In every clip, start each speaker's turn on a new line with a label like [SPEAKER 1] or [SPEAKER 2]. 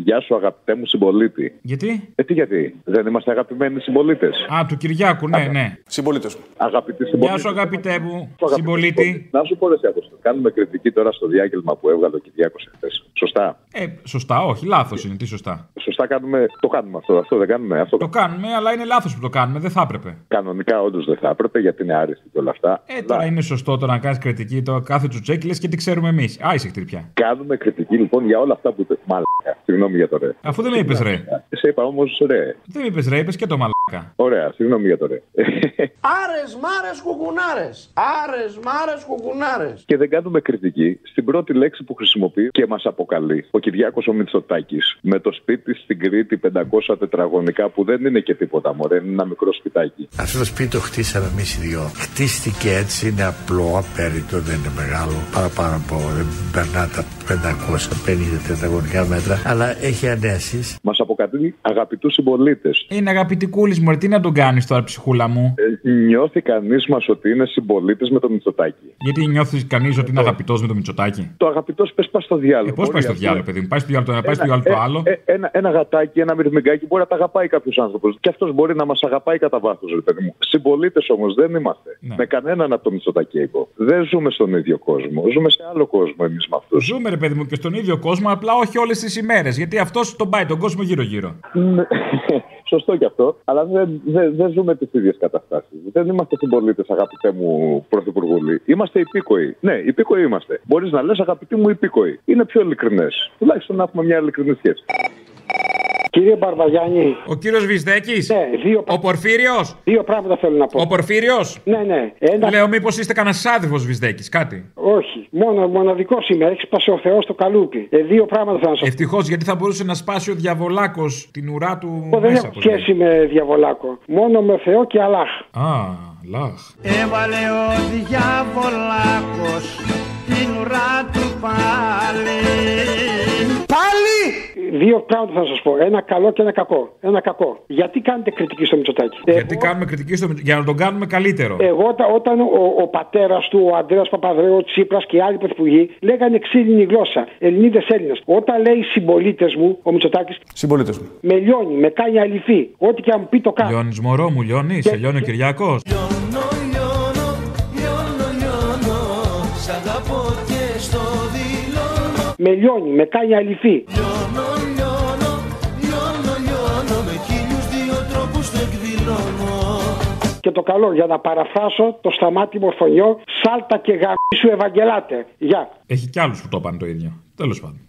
[SPEAKER 1] Γεια σου, αγαπητέ μου συμπολίτη.
[SPEAKER 2] Γιατί?
[SPEAKER 1] Ε, τι γιατί, δεν είμαστε αγαπημένοι συμπολίτες.
[SPEAKER 2] Α, του Κυριάκου, ναι, ναι.
[SPEAKER 3] Συμπολίτες μου.
[SPEAKER 1] Αγαπητοί συμπολίτε.
[SPEAKER 2] Γεια σου, αγαπητέ μου, συμπολίτη.
[SPEAKER 1] Να σου πω, ρε εσύ, Αποστόλη, Κάνουμε κριτική τώρα στο διάγγελμα που έβγαλε ο Κυριάκος εχθές. Σωστά.
[SPEAKER 2] Ε, σωστά, όχι, λάθος είναι, τι σωστά.
[SPEAKER 1] Σωστά κάνουμε. Το κάνουμε αυτό, αυτό δεν κάνουμε. Αυτό
[SPEAKER 2] Το κάνουμε, αλλά είναι λάθος που το κάνουμε, δεν θα έπρεπε.
[SPEAKER 1] κανονικά όντως δεν θα έπρεπε γιατί είναι άριστη και όλα αυτά.
[SPEAKER 2] Ε, τώρα
[SPEAKER 1] Αλλά
[SPEAKER 2] είναι σωστό το να κάνεις κριτική το κάθε τσουτσέκι λες και τι ξέρουμε εμείς. Α, είσαι χτυπιά.
[SPEAKER 1] Κάνουμε κριτική λοιπόν για όλα αυτά που. τε- Μαλάκα. Συγγνώμη για το ρε.
[SPEAKER 2] Αφού δεν με είπες ρε.
[SPEAKER 1] Σε είπα όμως ρε.
[SPEAKER 2] Δεν με είπες ρε, είπες και το μαλάκα.
[SPEAKER 1] Ωραία, συγγνώμη για το ρε.
[SPEAKER 4] Άρες μάρες κουκουνάρες. Άρες μάρες κουκουνάρες.
[SPEAKER 1] και δεν κάνουμε κριτική στην πρώτη λέξη που χρησιμοποιεί και μας αποκαλεί ο Κυριάκος ο Μητσοτάκης με το σπίτι στην Κρήτη 500 τετραγωνικά που δεν είναι και τίποτα μωρέ, είναι ένα μικρό σπιτάκι.
[SPEAKER 5] Αυτό το σπίτι το χτίσαμε εμείς οι δυο. Χτίστηκε έτσι, είναι απλό, απέριτο, δεν είναι μεγάλο. Παραπάνω από δεν περνά τα 550 τετραγωνικά μέτρα. Αλλά έχει ανέσει.
[SPEAKER 1] Μα αποκαλεί αγαπητούς συμπολίτες.
[SPEAKER 2] Ε, Είναι αγαπητικούλης μου, ρε, τι να τον κάνεις τώρα, ψυχούλα μου.
[SPEAKER 1] Ε, Νιώθει κανείς μας ότι είναι συμπολίτες με το Μητσοτάκη.
[SPEAKER 2] Γιατί νιώθεις κανείς ότι είναι αγαπητός με το μυτσοτάκι.
[SPEAKER 1] Ε, Το αγαπητός πες πας στο
[SPEAKER 2] Ε,
[SPEAKER 1] διάλογο.
[SPEAKER 2] πώς πάει στο διάλογο, παιδί μου, πάει στο διάλογο το ένα, πάει στο διάλογο το άλλο.
[SPEAKER 1] ε, ένα, ένα γατάκι, ένα μυρμηγκάκι μπορεί να τα αγαπάει κάποιος άνθρωπος. Και αυτός μπορεί να μας αγαπάει κατά βάθος, ρε παιδί μου. Συμπολίτες όμως δεν είμαστε.
[SPEAKER 2] Ναι.
[SPEAKER 1] Με κανέναν από το Μητσοτακέικο. Δεν ζούμε στον ίδιο κόσμο. Ζούμε σε άλλο κόσμο εμείς με αυτούς.
[SPEAKER 2] Ζούμε, ρε παιδί μου, και στον ίδιο κόσμο, απλά όχι όλες τις ημέρες. Γιατί αυτός τον πάει τον κόσμο γύρω-γύρω.
[SPEAKER 1] Ναι. Σωστό κι αυτό, αλλά δεν, δεν, δεν ζούμε τις ίδιες καταστάσεις. Δεν είμαστε συμπολίτες, αγαπητέ μου Πρωθυπουργούλη. Είμαστε υπήκοοι. Ναι, υπήκοοι είμαστε. Μπορείς να λες, αγαπητοί μου, υπήκοοι. Είναι πιο ειλικρινές. Τουλάχιστον να έχουμε μια ειλικρινή σχέση.
[SPEAKER 4] Κύριε Μπαρβαγιάννη,
[SPEAKER 2] Ο κύριος Βυσδέκης.
[SPEAKER 4] ναι, δύο,
[SPEAKER 2] Ο Πορφύριος.
[SPEAKER 4] δύο πράγματα θέλω να πω.
[SPEAKER 2] Ο Πορφύριος.
[SPEAKER 4] Ναι, ναι. Ένα,
[SPEAKER 2] Λέω, μήπως είστε κανένας άδειφο Βυσδέκης, κάτι.
[SPEAKER 4] όχι. Μόνο μοναδικός σήμερα. Έχεις σπάσει ο Θεός το καλούπι. Ε, δύο πράγματα θέλω να σα πω.
[SPEAKER 2] Ευτυχώς, γιατί θα μπορούσε να σπάσει ο διαβολάκος την ουρά του
[SPEAKER 4] Εγώ δεν
[SPEAKER 2] μέσα
[SPEAKER 4] έχω
[SPEAKER 2] από το
[SPEAKER 4] σχέση με διαβολάκο. Μόνο με Θεό και Αλάχ.
[SPEAKER 2] Α, λαχ.
[SPEAKER 6] Έβαλε ο διάβολακος την ουρά του πάλι
[SPEAKER 4] Δύο πράγματα θα σας πω. Ένα καλό και ένα κακό. Ένα κακό. Γιατί κάνετε κριτική στο Μητσοτάκι.
[SPEAKER 2] Γιατί κάνουμε κριτική στο Μητσο- για να τον κάνουμε καλύτερο.
[SPEAKER 4] Εγώ τα- όταν ο, ο πατέρας του, ο Αντρέα Παπαδρέο, ο Τσίπρας και οι άλλοι πρωθυπουργοί λέγανε ξύλινη γλώσσα, Ελληνίδες Έλληνες. Όταν λέει συμπολίτες μου, ο Μητσοτάκης,
[SPEAKER 3] Συμπολίτες μου.
[SPEAKER 4] με λιώνει, με κάνει αληθή. Ό,τι και αν μου πει το κάνω.
[SPEAKER 2] Λιώνεις μωρό μου, λιώνεις. Σε λιώνει ο Κυριακό.
[SPEAKER 6] Λιώνω, λιώνω, λιώνω, λιώνω Σ' αγαπώ και στο δηλώνω
[SPEAKER 4] Με λιώνει, με κάνει αληθή.
[SPEAKER 6] Λιώνω, λιώνω, λιώνω, λιώνω Με χίλιους δύο τρόπους το εκδηλώνω
[SPEAKER 4] Και το καλό, για να παραφράσω το σταμάτη μορφωνιό, σάλτα και γαμί σου Ευαγγελάτε. Γεια.
[SPEAKER 2] Έχει κι άλλους που το είπαν το ίδιο. Τέλος πάντων.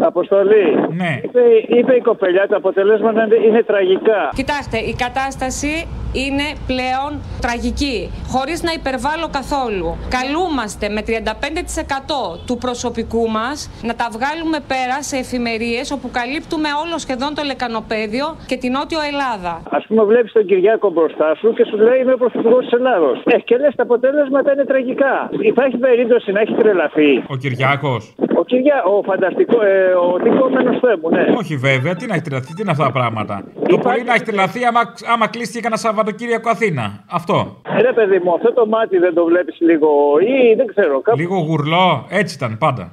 [SPEAKER 7] Αποστολή.
[SPEAKER 2] Ναι.
[SPEAKER 7] Είπε, είπε η κοπελιά, τα αποτελέσματα είναι- είναι τραγικά.
[SPEAKER 8] Κοιτάξτε, η κατάσταση είναι πλέον τραγική, χωρίς να υπερβάλλω καθόλου. Καλούμαστε με 35% του προσωπικού μας να τα βγάλουμε πέρα σε εφημερίες όπου καλύπτουμε όλο σχεδόν το Λεκανοπέδιο και την Νότιο Ελλάδα.
[SPEAKER 7] Ας πούμε, βλέπεις τον Κυριάκο μπροστά σου και σου λέει Είμαι ο Πρωθυπουργός της Ελλάδος. Ε, και λες, τα αποτελέσματα είναι τραγικά. Υπάρχει περίπτωση να έχει τρελαθεί.
[SPEAKER 2] Ο Κυριακό.
[SPEAKER 7] Ο Κυριά, ο φανταστικό, ε, ο δικόμενος θέ μου, ναι.
[SPEAKER 2] Όχι βέβαια, τι να έχει τρελαθεί, τι είναι αυτά τα πράγματα. Το πολύ να έχει τρελαθεί άμα, άμα κλείσει και κανένα Σαββατοκύριακο Αθήνα. Αυτό.
[SPEAKER 7] Ρε, παιδί μου, αυτό το μάτι δεν το βλέπεις λίγο ή δεν ξέρω, κάπου.
[SPEAKER 2] Λίγο γουρλό, έτσι ήταν πάντα.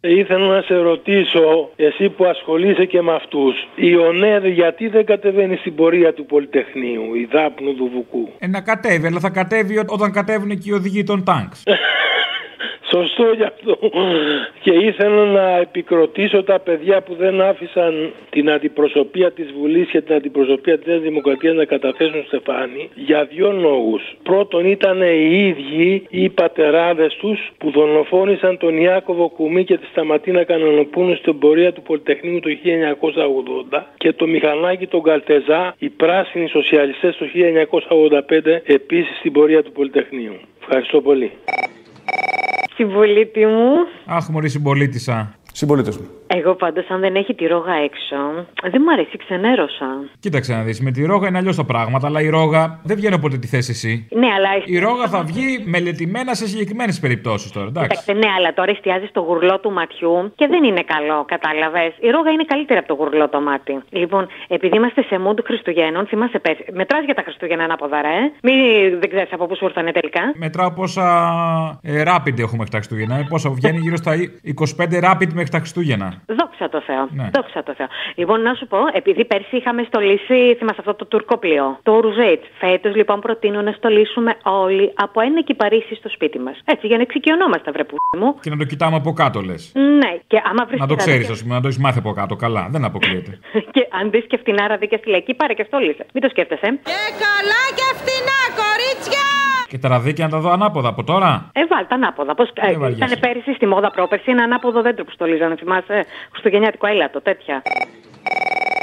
[SPEAKER 9] Ήθελα να σε ρωτήσω, εσύ που ασχολείσαι και με αυτούς, η ΟΝΕΔ γιατί δεν κατεβαίνει στην πορεία του Πολυτεχνείου, η Δάπνου Δουβουκού.
[SPEAKER 2] Ε, να κατέβει, αλλά θα κατέβει ό- όταν κατέβουν και οι οδηγοί των τάγκ.
[SPEAKER 9] Σωστό γι' αυτό. Και ήθελα να επικροτήσω τα παιδιά που δεν άφησαν την αντιπροσωπεία της Βουλής και την αντιπροσωπεία της Νέας Δημοκρατίας να καταθέσουν στεφάνι για δύο λόγους. Πρώτον ήταν οι ίδιοι οι πατεράδες τους που δολοφόνησαν τον Ιάκωβο Κουμί και τη Σταματίνα Κανονοπούλου στην πορεία του Πολυτεχνείου το 1980 και το Μιχαλάκη τον Καλτεζά, οι πράσινοι σοσιαλιστές το 1985 επίσης στην πορεία του Πολυτεχνείου. Ευχαριστώ πολύ.
[SPEAKER 10] Συμπολίτη μου,
[SPEAKER 2] Αχ, μωρή συμπολίτησα.
[SPEAKER 3] Συμπολίτες μου.
[SPEAKER 10] Εγώ πάντως, αν δεν έχει τη ρόγα έξω, δεν μου αρέσει, ξενέρωσα.
[SPEAKER 2] Κοίταξε να δεις. Με τη ρόγα είναι αλλιώς τα πράγματα, αλλά η ρόγα δεν βγαίνει από τη θέση εσύ.
[SPEAKER 10] Ναι, αλλά.
[SPEAKER 2] Η ρόγα θα βγει μελετημένα σε συγκεκριμένες περιπτώσεις τώρα, εντάξει.
[SPEAKER 10] Κοίταξε, ναι, αλλά τώρα εστιάζεις στο γουρλό του ματιού και δεν είναι καλό, κατάλαβες. Η ρόγα είναι καλύτερη από το γουρλό το μάτι. Λοιπόν, επειδή είμαστε σε μούντου Χριστουγέννων, θυμάσαι πέρσι. Μετράς για τα Χριστούγεννα να ποδαρέ. Ε? Μη δεν ξέρεις από πού σου ήρθανε τελικά.
[SPEAKER 2] Μετράω πόσα ε, rapid έχουμε μέχρι τα Χριστούγεννα. ε, Πόσα βγαίνει γύρω στα 25 rapid μέχρι τα Χριστούγεννα.
[SPEAKER 10] Δόξα τω Θεώ.
[SPEAKER 2] Ναι.
[SPEAKER 10] Δόξα τω Θεώ. Λοιπόν, να σου πω, επειδή πέρσι είχαμε στολίσει, θυμάσαι αυτό το τουρκό πλοίο, το Ρουζέτ. Φέτος λοιπόν προτείνω να στολίσουμε όλοι από ένα κυπαρίσι στο σπίτι μας. Έτσι, για να εξοικειωνόμαστε, βρε που μου.
[SPEAKER 2] Και να το κοιτάμε από κάτω, λες.
[SPEAKER 10] Ναι, και άμα βρεις.
[SPEAKER 2] Να το ξέρει, ας πούμε, να το έχεις μάθει από κάτω. Καλά, δεν αποκλείεται.
[SPEAKER 10] και αν δεις και φτηνάρα δίκαια στη λαϊκή, πάρε και στόλισες. Μην το σκέφτεσαι.
[SPEAKER 11] Και καλά και φτηνά, κορίτσια!
[SPEAKER 2] Και τα ραδίκια να τα δω ανάποδα από τώρα.
[SPEAKER 10] Ε, βάλτε ανάποδα. Πώς, ε,
[SPEAKER 2] βαριέσαι.
[SPEAKER 10] ήταν πέρυσι στη μόδα πρόπερση ένα ανάποδο δέντρο που στολίζανε, θυμάσαι. Χριστουγεννιάτικο έλατο, τέτοια.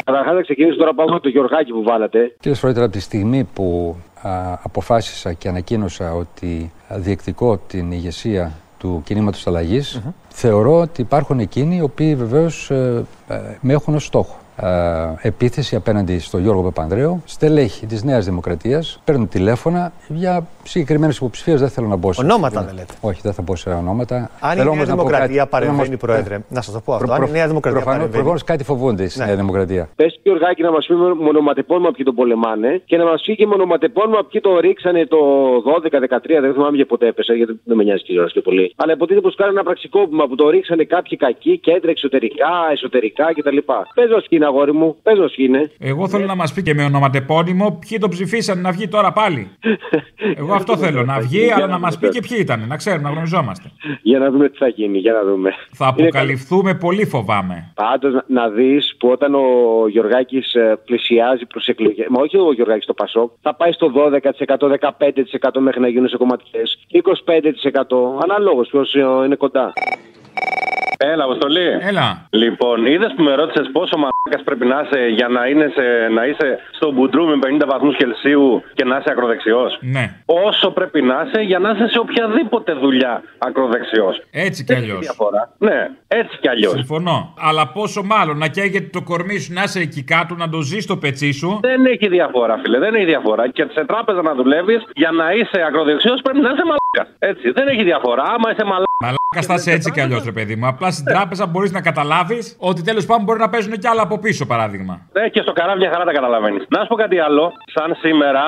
[SPEAKER 12] Καταρχάς, να ξεκινήσω τώρα πάνω από το Γεωργάκη που βάλατε.
[SPEAKER 13] Κύριε Σφρόιτερα, από τη στιγμή που α, αποφάσισα και ανακοίνωσα ότι α, διεκδικώ την ηγεσία του κινήματος αλλαγής, θεωρώ ότι υπάρχουν εκείνοι οι οποίοι βεβαίως με έχουν ως στόχο. Α, επίθεση απέναντι στον Γιώργο Παπανδρέου, στελέχη της Νέας Δημοκρατίας, παίρνουν τηλέφωνα για συγκεκριμένου υποψηφίου. Δεν θέλω να μπω σε.
[SPEAKER 14] Ονόματα δεν λέτε.
[SPEAKER 13] Όχι, δεν θα μπω σε ονόματα.
[SPEAKER 14] Αν
[SPEAKER 13] Θέλω
[SPEAKER 14] η Νέα
[SPEAKER 13] όμως να πω
[SPEAKER 14] Δημοκρατία
[SPEAKER 13] κάτι-
[SPEAKER 14] παρεμβαίνει,
[SPEAKER 13] Θέλω όμως-
[SPEAKER 14] Πρόεδρε, να σας το πω αυτό. Αν η Νέα Δημοκρατία
[SPEAKER 13] προφανώς,
[SPEAKER 14] παρεμβαίνει. Ναι.
[SPEAKER 13] προφανώς κάτι φοβούνται στη Νέα Δημοκρατία.
[SPEAKER 12] Πες του Γιωργάκη να μας πει με μονοματεπώνυμα ποιοι τον πολεμάνε και να μας πει και μονοματεπώνυμα ποιοι το ρίξανε το 12-13. Δεν θυμάμαι για ποτέ έπεσε, γιατί δεν με νοιάζει και η ώρα και πολύ. Αλλά υποτίθεται πως κάνει ένα πραξικόπημα που το ρίξανε κάποιοι κακοί, κέντρα εξωτερικά, εσωτερικά κτλ. Πες μας είναι, αγόρι μου, πες μα είναι.
[SPEAKER 2] Εγώ θέλω να μας πει και με ονοματεπώνυμο ποιοι τον ψηφίσαν να βγει τώρα πάλι. Εγώ αυτό θέλω. Να βγει, αλλά να μας πει και ποιοι ήταν. Να ξέρουμε, να γνωριζόμαστε.
[SPEAKER 12] Για να δούμε τι θα γίνει, για να δούμε.
[SPEAKER 2] Θα αποκαλυφθούμε πολύ, φοβάμαι.
[SPEAKER 12] Πάντως να, να δεις που όταν ο Γιωργάκης πλησιάζει προς εκλογές. Μα όχι ο Γιωργάκης το Πασόκ. Θα πάει στο 12%, 15% μέχρι να γίνουν σε κομματικέ. 25% αναλόγως ποιος ε, είναι κοντά.
[SPEAKER 15] Έλα, Αποστολή.
[SPEAKER 2] Έλα.
[SPEAKER 15] Λοιπόν, είδες που με ρώτησες πόσο μαλάκας πρέπει να είσαι για να, είναι σε, να είσαι στο μπουντρού με 50 βαθμούς Κελσίου και να είσαι ακροδεξιός.
[SPEAKER 2] Ναι.
[SPEAKER 15] Όσο πρέπει να είσαι για να είσαι σε οποιαδήποτε δουλειά ακροδεξιός.
[SPEAKER 2] Έτσι κι αλλιώ.
[SPEAKER 15] Ναι, έτσι κι αλλιώς.
[SPEAKER 2] Συμφωνώ. Αλλά πόσο μάλλον να καίγεται το κορμί σου, να είσαι εκεί κάτω, να το ζεις στο πετσί σου.
[SPEAKER 15] Δεν έχει διαφορά, φίλε. Δεν έχει διαφορά. Και σε τράπεζα να δουλεύεις για να είσαι ακροδεξιός πρέπει να είσαι μαλάκας. Έτσι. Δεν έχει διαφορά. Άμα είσαι μαλάκας. Ε.
[SPEAKER 2] Μαλάκα θα είσαι έτσι κι αλλιώς, ρε παιδί μου. Απλά στην τράπεζα μπορείς να καταλάβεις ότι τέλος πάντων μπορεί να παίζουν κι άλλα από πίσω, παράδειγμα.
[SPEAKER 15] Ναι, και στο καράβι μια χαρά τα καταλαβαίνεις. Να σου πω κάτι άλλο. Σαν σήμερα,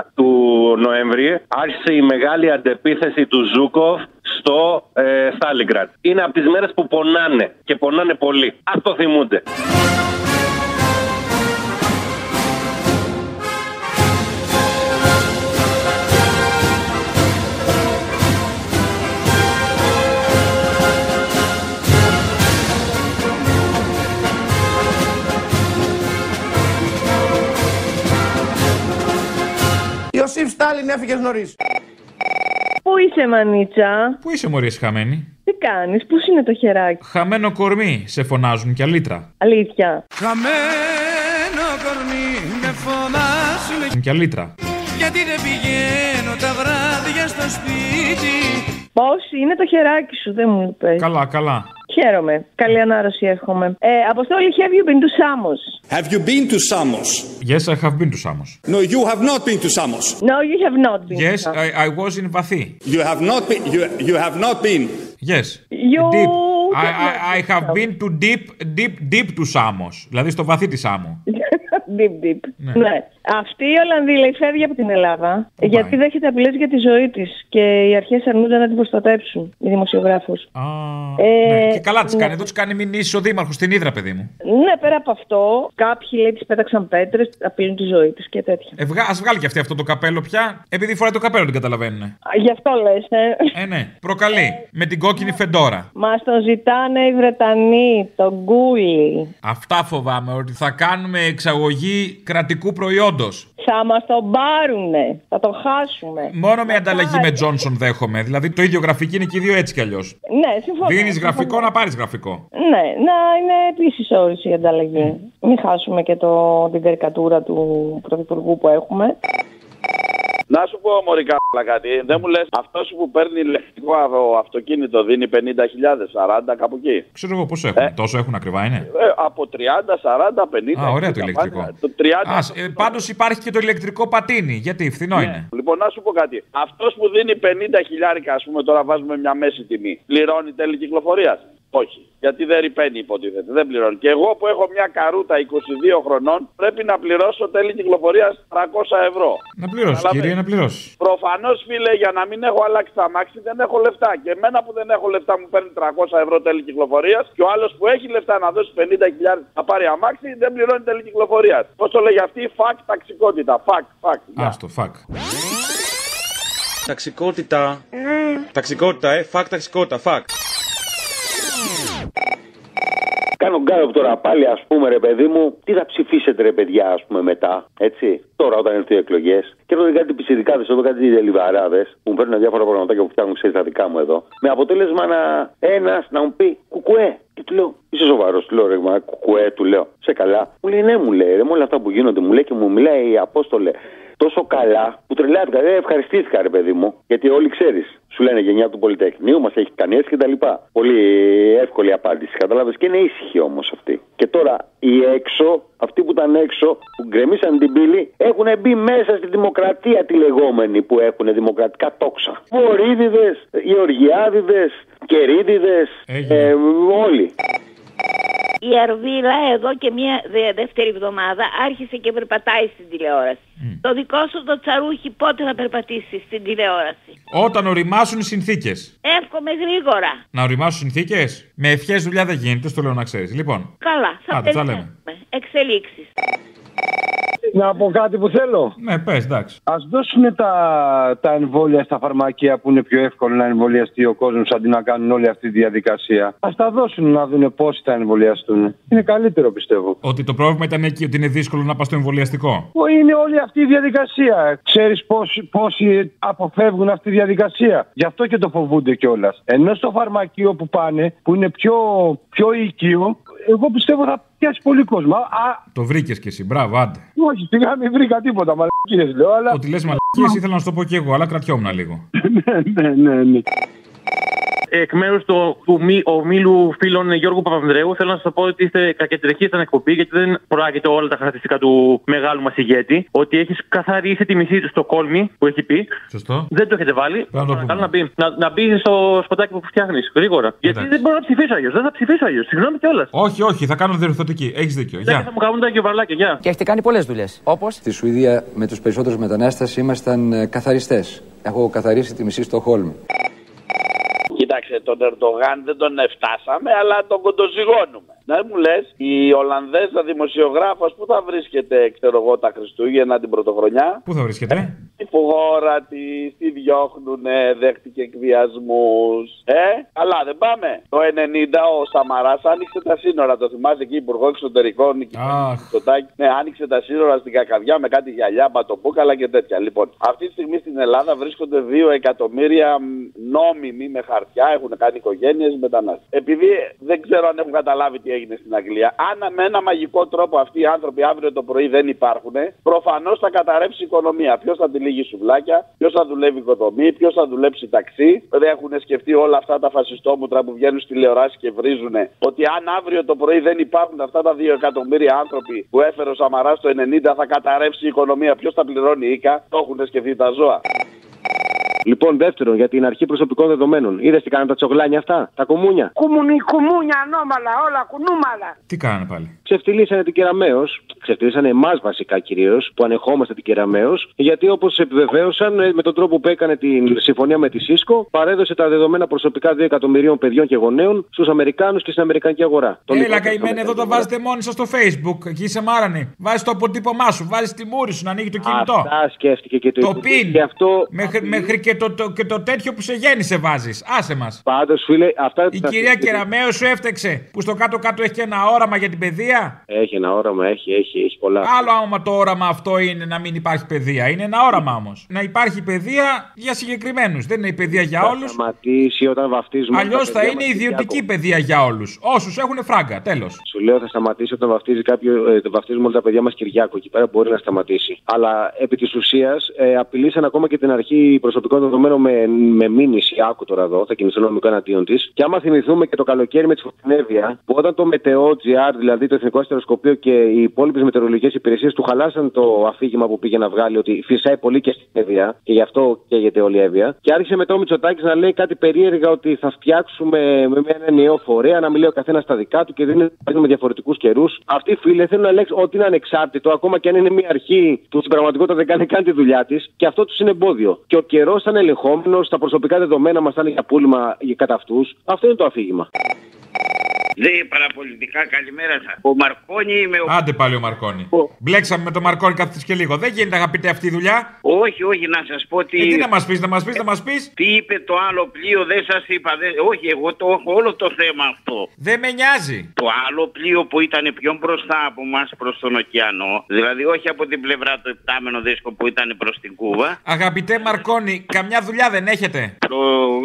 [SPEAKER 15] 19 του Νοέμβρη, άρχισε η μεγάλη αντεπίθεση του Ζούκοφ στο ε, Στάλιγκραντ. Είναι από τις μέρες που πονάνε και πονάνε πολύ. Ας το θυμούνται.
[SPEAKER 16] Ιωσήφ Στάλιν έφυγε νωρίς.
[SPEAKER 17] Πού είσαι, Μανίτσα,
[SPEAKER 2] Πού είσαι, Μωρή, χαμένη.
[SPEAKER 17] τι κάνεις, Πού είναι το χεράκι.
[SPEAKER 2] Χαμένο κορμί, σε φωνάζουν κι αλήτρα.
[SPEAKER 17] Αλήθεια.
[SPEAKER 6] Χαμένο κορμί με φωνάζουν
[SPEAKER 2] Κι αλήτρα.
[SPEAKER 6] Γιατί δεν πηγαίνω τα βράδια στο σπίτι
[SPEAKER 17] Πώς είναι το χεράκι σου, δεν μου είπες.
[SPEAKER 2] Καλά, καλά.
[SPEAKER 17] Χαίρομαι. Καλή ανάρρωση εύχομαι. Ε, Αποστόλη, have you been to Samos?
[SPEAKER 18] Have you been to Samos?
[SPEAKER 2] Yes, I have been to Samos.
[SPEAKER 18] No, you have not been to Samos.
[SPEAKER 17] No, you have not been.
[SPEAKER 2] Yes, I, I was in Vathi.
[SPEAKER 18] You have not been. You, you have not been.
[SPEAKER 2] Yes.
[SPEAKER 17] You
[SPEAKER 2] Deep. I, I, I have been to deep, deep, deep to Samos. Δηλαδή στο βαθύ τη Σάμο.
[SPEAKER 17] deep, deep. Ναι. Αυτή η Ολλανδή λέει φεύγει από την Ελλάδα
[SPEAKER 2] Oh
[SPEAKER 17] γιατί δέχεται απειλές για τη ζωή της και οι αρχές αρνούνται να την προστατέψουν, οι Ε, δημοσιογράφου.
[SPEAKER 2] ναι. Και καλά τις κάνει. Εδώ τις κάνει μηνύσει ο Δήμαρχος στην Ήδρα, παιδί μου.
[SPEAKER 17] Ναι, πέρα από αυτό, κάποιοι λέει τη πέταξαν πέτρες, απειλούν τη ζωή της και τέτοια.
[SPEAKER 2] Ε, βγα- ας βγάλει και αυτή αυτό το καπέλο πια. Επειδή φοράει το καπέλο, την καταλαβαίνουν.
[SPEAKER 17] Α, Γι' αυτό λες, ε.
[SPEAKER 2] Ε, ναι. Προκαλεί. Με την κόκκινη φεντόρα.
[SPEAKER 17] Μας τον ζητάνε οι Βρετανοί, τον Γκούλι.
[SPEAKER 2] Αυτά φοβάμαι ότι θα κάνουμε εξαγωγή κρατικού προϊόντος.
[SPEAKER 17] Θα μας τον πάρουνε, θα τον χάσουμε.
[SPEAKER 2] Μόνο με ανταλλαγή με Τζόνσον δέχομαι. Δηλαδή το ίδιο γραφική είναι και οι δύο έτσι κι αλλιώς.
[SPEAKER 17] Ναι, συμφωνώ.
[SPEAKER 2] Δίνεις
[SPEAKER 17] συμφωνώ.
[SPEAKER 2] γραφικό να πάρεις γραφικό.
[SPEAKER 17] Ναι, να είναι επίσης όρις η ανταλλαγή. Μην χάσουμε και το, την καρικατούρα του Πρωθυπουργού που έχουμε.
[SPEAKER 18] Να σου πω μωρικά κάτι. Δεν μου λες αυτό που παίρνει ηλεκτρικό αυτοκίνητο δίνει 50.000, 40 κάπου εκεί.
[SPEAKER 2] Ξέρω εγώ πόσο
[SPEAKER 19] Ε.
[SPEAKER 2] έχουν. Τόσο έχουν ακριβά είναι.
[SPEAKER 18] Ε, από 30, 40, 50.
[SPEAKER 2] Α, ωραία το
[SPEAKER 18] 60,
[SPEAKER 2] ηλεκτρικό.
[SPEAKER 18] Το 30.
[SPEAKER 2] Ας, ε, Πάντως υπάρχει και το ηλεκτρικό πατίνι. Γιατί
[SPEAKER 19] Ναι.
[SPEAKER 2] φθηνό είναι.
[SPEAKER 18] Λοιπόν, να σου πω κάτι. Αυτός που δίνει 50 χιλιάρικα, ας πούμε, τώρα βάζουμε μια μέση τιμή, πληρώνει τέλη κυκλοφορίας. Όχι. Γιατί δεν ρηπαίνει, υποτίθεται. Δεν πληρώνει. Και εγώ που έχω μια καρούτα 22 χρονών, πρέπει να πληρώσω τέλη κυκλοφορίας 300 ευρώ.
[SPEAKER 2] Να πληρώσεις,
[SPEAKER 18] Καταλαβαίνεις.
[SPEAKER 2] κύριε, να πληρώσεις.
[SPEAKER 18] Προφανώς, φίλε, για να μην έχω αλλάξει τα μάξι, δεν έχω λεφτά. Και εμένα που δεν έχω λεφτά μου παίρνει 300 ευρώ τέλη κυκλοφορίας. Και ο άλλος που έχει λεφτά να δώσει 50.000 να πάρει αμάξι, δεν πληρώνει τέλη κυκλοφορίας. Πώς το λέγει αυτή, φακ ταξικότητα. Φακ, φακ.
[SPEAKER 2] Άστο, φακ.
[SPEAKER 19] Ταξικότητα. Ταξικότητα, ε. Φακ, ταξικότητα. Φακ.
[SPEAKER 20] Κάνω γκάλωπ τώρα πάλι, ας πούμε, ρε παιδί μου, τι θα ψηφίσετε, ρε παιδιά, ας πούμε, μετά. Έτσι. Τώρα, όταν έρθουν οι εκλογές. Και έρχονται κάτι πισιδικάδε εδώ, κάτι δελιβαράδε, που μου φέρνουν διάφορα πραγματάκια που φτιάχνουν, ξέρεις τα δικά μου εδώ. Με αποτέλεσμα να ένας να μου πει κουκουέ. Και του λέω, είσαι σοβαρός, του λέω ρε μα, κουκουέ, του λέω, σε καλά. Μου λέει, ναι, μου λέει, ρε, με όλα αυτά που γίνονται, μου λέει και μου μιλάει η Απόστολε τόσο καλά που τρελάθηκα. Δεν ευχαριστήθηκα, ρε παιδί μου, γιατί όλοι ξέρεις. Σου λένε γενιά του Πολυτεχνείου, μας έχει κάνει έτσι και τα λοιπά. Πολύ εύκολη απάντηση, κατάλαβες. Και είναι ήσυχη όμως αυτή. Και τώρα οι έξω, αυτοί που ήταν έξω, που γκρεμίσαν την πύλη, έχουν μπει μέσα στη δημοκρατία τη λεγόμενη που έχουν δημοκρατικά τόξα. Βορύδιδε, Γεωργιάδιδες, Κερίδιδες, ε, όλοι.
[SPEAKER 21] Η Αρβίλα εδώ και μια δε- δεύτερη εβδομάδα άρχισε και περπατάει στην τηλεόραση. Το δικό σου το τσαρούχι πότε θα περπατήσει στην τηλεόραση.
[SPEAKER 2] Όταν οριμάσουν οι συνθήκες.
[SPEAKER 21] Εύχομαι γρήγορα.
[SPEAKER 2] Να οριμάσουν συνθήκες. Με ευχές δουλειά δεν γίνεται, στο λέω να ξέρεις. Λοιπόν.
[SPEAKER 21] Καλά, θα
[SPEAKER 2] Άντε, τα
[SPEAKER 21] περιμένουμε.
[SPEAKER 2] λέμε.
[SPEAKER 21] Εξελίξεις.
[SPEAKER 4] Να πω κάτι που θέλω.
[SPEAKER 2] Ναι, πες, εντάξει.
[SPEAKER 4] Ας δώσουν τα, τα εμβόλια στα φαρμακεία που είναι πιο εύκολο να εμβολιαστεί ο κόσμος αντί να κάνουν όλη αυτή τη διαδικασία. Ας τα δώσουν να δουν πόσοι θα εμβολιαστούν. Είναι καλύτερο πιστεύω.
[SPEAKER 2] Ότι το πρόβλημα ήταν εκεί, ότι είναι δύσκολο να πας στο εμβολιαστικό.
[SPEAKER 4] Ω, Είναι όλη αυτή η διαδικασία. Ξέρεις πόσοι αποφεύγουν αυτή τη διαδικασία. Γι' αυτό και το φοβούνται κιόλας. Ενώ στο φαρμακείο που πάνε, που είναι πιο, πιο οικείο, εγώ πιστεύω θα πιάσει πολύ κόσμο. Α, α,
[SPEAKER 2] Το βρήκες κι εσύ, μπράβο, άντε.
[SPEAKER 4] όχι, σιγά μην βρήκα τίποτα, μαλακίες λέω, αλλά.
[SPEAKER 2] Ότι λες μαλακίες ήθελα να σου το πω κι εγώ, αλλά κρατιόμουν λίγο.
[SPEAKER 4] ναι, ναι, ναι.
[SPEAKER 14] Εκ μέρους του, του μη, ομίλου φίλων Γιώργου Παπανδρέου, θέλω να σας πω ότι είστε κακεντρεχεί σαν εκπομπή, γιατί δεν προάγεται όλα τα χαρακτηριστικά του μεγάλου μας ηγέτη. Ότι έχει καθαρίσει τη μισή του Στοκόλμη που έχει πει.
[SPEAKER 2] Σωστό.
[SPEAKER 14] Δεν το έχετε βάλει. Παρακαλώ να μπει, να, να μπει στο σποτάκι που φτιάχνεις γρήγορα. Γιατί δεν μπορώ να ψηφίσω αλλιώς. Δεν θα ψηφίσω αλλιώς. Συγγνώμη κιόλας.
[SPEAKER 2] Όχι, όχι, θα κάνω διορθωτική. Έχεις δίκιο.
[SPEAKER 14] Δεν
[SPEAKER 2] Γεια.
[SPEAKER 14] θα μου κάνουν τα γιοβαρλάκια. Γεια.
[SPEAKER 22] Και έχετε κάνει πολλές δουλειές. Όπως.
[SPEAKER 13] Στη Σουηδία με τους περισσότερους μετανάστες ήμασταν καθαριστές. Έχω καθαρίσει τη μισή στο Χόλμη.
[SPEAKER 18] Κοίταξε, τον Ερντογάν δεν τον εφτάσαμε, αλλά τον κοντοζυγώνουμε. Να μου λες, η Ολλανδέζα δημοσιογράφος που θα βρίσκεται, ξέρω εγώ, τα Χριστούγεννα την Πρωτοχρονιά.
[SPEAKER 2] Πού θα βρίσκεται, ε?
[SPEAKER 18] Στη χώρα τη, τη διώχνουνε, δέχτηκε εκβιασμούς. Ε, καλά, δεν πάμε. Το 90 ο Σαμαράς άνοιξε τα σύνορα. Το θυμάστε εκεί, Υπουργό Εξωτερικών, Νικ-
[SPEAKER 2] Αχ.
[SPEAKER 18] Μητσοτάκη. Ναι, άνοιξε τα σύνορα στην Κακαβιά με κάτι γυαλιά, μπατοπούκαλα και τέτοια. Λοιπόν, αυτή τη στιγμή στην Ελλάδα βρίσκονται 2 εκατομμύρια μ, νόμιμοι με χαρτιά, έχουν κάνει οικογένειες μετανάστες. Επειδή δεν ξέρω αν έχουν καταλάβει τι έγινε στην Αγγλία, αν με ένα μαγικό τρόπο αυτοί οι άνθρωποι αύριο το πρωί δεν υπάρχουν, προφανώς θα καταρρεύσει η οικονομία. Ποιος θα τη λύγει σουβλάκια, ποιος θα δουλεύει οικοδομή, ποιος θα δουλέψει ταξί. Δεν έχουν σκεφτεί όλα αυτά τα φασιστόμουτρα που βγαίνουν στη τηλεοράση και βρίζουν ότι αν αύριο το πρωί δεν υπάρχουν αυτά τα δύο εκατομμύρια άνθρωποι που έφερε ο Σαμαράς το 90, θα καταρρεύσει η οικονομία. Ποιος θα πληρώνει η ΙΚΑ, το έχουν σκεφτεί τα ζώα.
[SPEAKER 12] Λοιπόν, δεύτερον, για την αρχή προσωπικών δεδομένων. Είδες τι κάνουν τα τσογλάνια αυτά, τα κομμούνια.
[SPEAKER 23] Κουμουνι, κουμούνια, ανώμαλα, όλα κουνούμαλα.
[SPEAKER 2] Τι κάνανε πάλι.
[SPEAKER 12] Ξεφτυλίσανε την Κεραμαίο, ξεφτυλίσανε εμάς βασικά κυρίως, που ανεχόμαστε την Κεραμαίο, γιατί όπως επιβεβαίωσαν ε, με τον τρόπο που έκανε την συμφωνία με τη Cisco, παρέδωσε τα δεδομένα προσωπικά 2 εκατομμυρίων παιδιών και γονέων στους Αμερικάνους και στην Αμερικανική αγορά. Το
[SPEAKER 2] Έλα,
[SPEAKER 12] λοιπόν,
[SPEAKER 2] καημένοι, εδώ τα βάζετε μόνοι σας στο Facebook. Εκεί είσαι μάρανη. Βάζεις το αποτύπωμά σου, βάζεις τη μούρη σου να ανοίγει το κινητό.
[SPEAKER 12] Αυτά σκέφτηκε και το
[SPEAKER 2] Το
[SPEAKER 12] Υπουργείο
[SPEAKER 2] πιν.
[SPEAKER 12] Και αυτό
[SPEAKER 2] Με, χρ- με, χρικε- το, το, και το τέτοιο που σε γέννησε βάζεις. Άσε μας.
[SPEAKER 12] Πάντως, φίλε, αυτά
[SPEAKER 2] Η κυρία Κεραμέο σου έφτεξε που στο κάτω-κάτω έχει και ένα όραμα για την παιδεία.
[SPEAKER 12] Έχει ένα όραμα, έχει, έχει, έχει πολλά.
[SPEAKER 2] Άλλο άμα το όραμα αυτό είναι να μην υπάρχει παιδεία. Είναι ένα όραμα όμως. Να υπάρχει παιδεία για συγκεκριμένους. Δεν είναι η παιδεία για όλου.
[SPEAKER 12] Θα σταματήσει όταν βαφτίζουμε.
[SPEAKER 2] Αλλιώ
[SPEAKER 12] τα
[SPEAKER 2] θα
[SPEAKER 12] παιδιά
[SPEAKER 2] είναι
[SPEAKER 12] μας,
[SPEAKER 2] ιδιωτική
[SPEAKER 12] Κυριάκο.
[SPEAKER 2] παιδεία για όλους. Όσους έχουν φράγκα. Τέλος.
[SPEAKER 12] Σου λέω θα σταματήσει όταν βαφτίζει κάποιο, ε, βαφτίζουμε όλα τα παιδιά μας Κυριάκο. Εκεί πέρα μπορεί να σταματήσει. Αλλά επί της ουσίας ε, απειλήσαν ακόμα και την αρχή προσωπικών δεδομένων με, με μήνυση. Άκου τώρα εδώ, θα κινηθούν νομικά εναντίον της. Και άμα θυμηθούμε και το καλοκαίρι με τη Φωτεινέβεια, που όταν το Μετεό GR, δηλαδή το Εθνικό Αστεροσκοπείο και οι υπόλοιπες μετεωρολογικές υπηρεσίες του χαλάσαν το αφήγημα που πήγε να βγάλει ότι φυσάει πολύ και στην Εύβοια και γι' αυτό καίγεται όλη η Εύβοια. Και άρχισε μετά ο Μητσοτάκης να λέει κάτι περίεργα ότι θα φτιάξουμε Ε, με έναν νέο φορέα να μιλάει ο καθένας τα δικά του και δεν είναι με διαφορετικούς καιρούς. Αυτοί οι φίλοι θέλουν να λέξουν ότι είναι ανεξάρτητο, ακόμα και αν είναι μια αρχή που στην πραγματικότητα δεν κάνει καν τη δουλειά της και αυτό τους είναι εμπόδιο. Και ο καιρός θα είναι ελεγχόμενος, τα προσωπικά δεδομένα μας θα είναι για πούλημα κατά αυτούς. Αυτό είναι το αφήγημα.
[SPEAKER 24] Λέει παραπολιτικά καλημέρα σας. Ο Μαρκόνι είμαι ο...
[SPEAKER 2] Άντε πάλι ο Μαρκόνι. Μπλέξαμε με τον Μαρκόνι καθ' και λίγο. Δεν γίνεται αγαπητέ αυτή η δουλειά.
[SPEAKER 24] Όχι, όχι, να σας πω
[SPEAKER 2] Ε,
[SPEAKER 24] ότι.
[SPEAKER 2] τι να μας πεις, να μας πεις, να μας πεις.
[SPEAKER 24] Τι είπε το άλλο πλοίο, δεν σας είπα. δεν- Όχι, εγώ το έχω όλο το θέμα αυτό.
[SPEAKER 2] Δεν με νοιάζει.
[SPEAKER 24] Το άλλο πλοίο που ήταν πιο μπροστά από εμά προς τον ωκεανό, δηλαδή όχι από την πλευρά του επτάμενο δίσκο που ήταν προς την Κούβα,
[SPEAKER 2] Αγαπητέ Μαρκόνι, καμιά δουλειά δεν έχετε.
[SPEAKER 24] το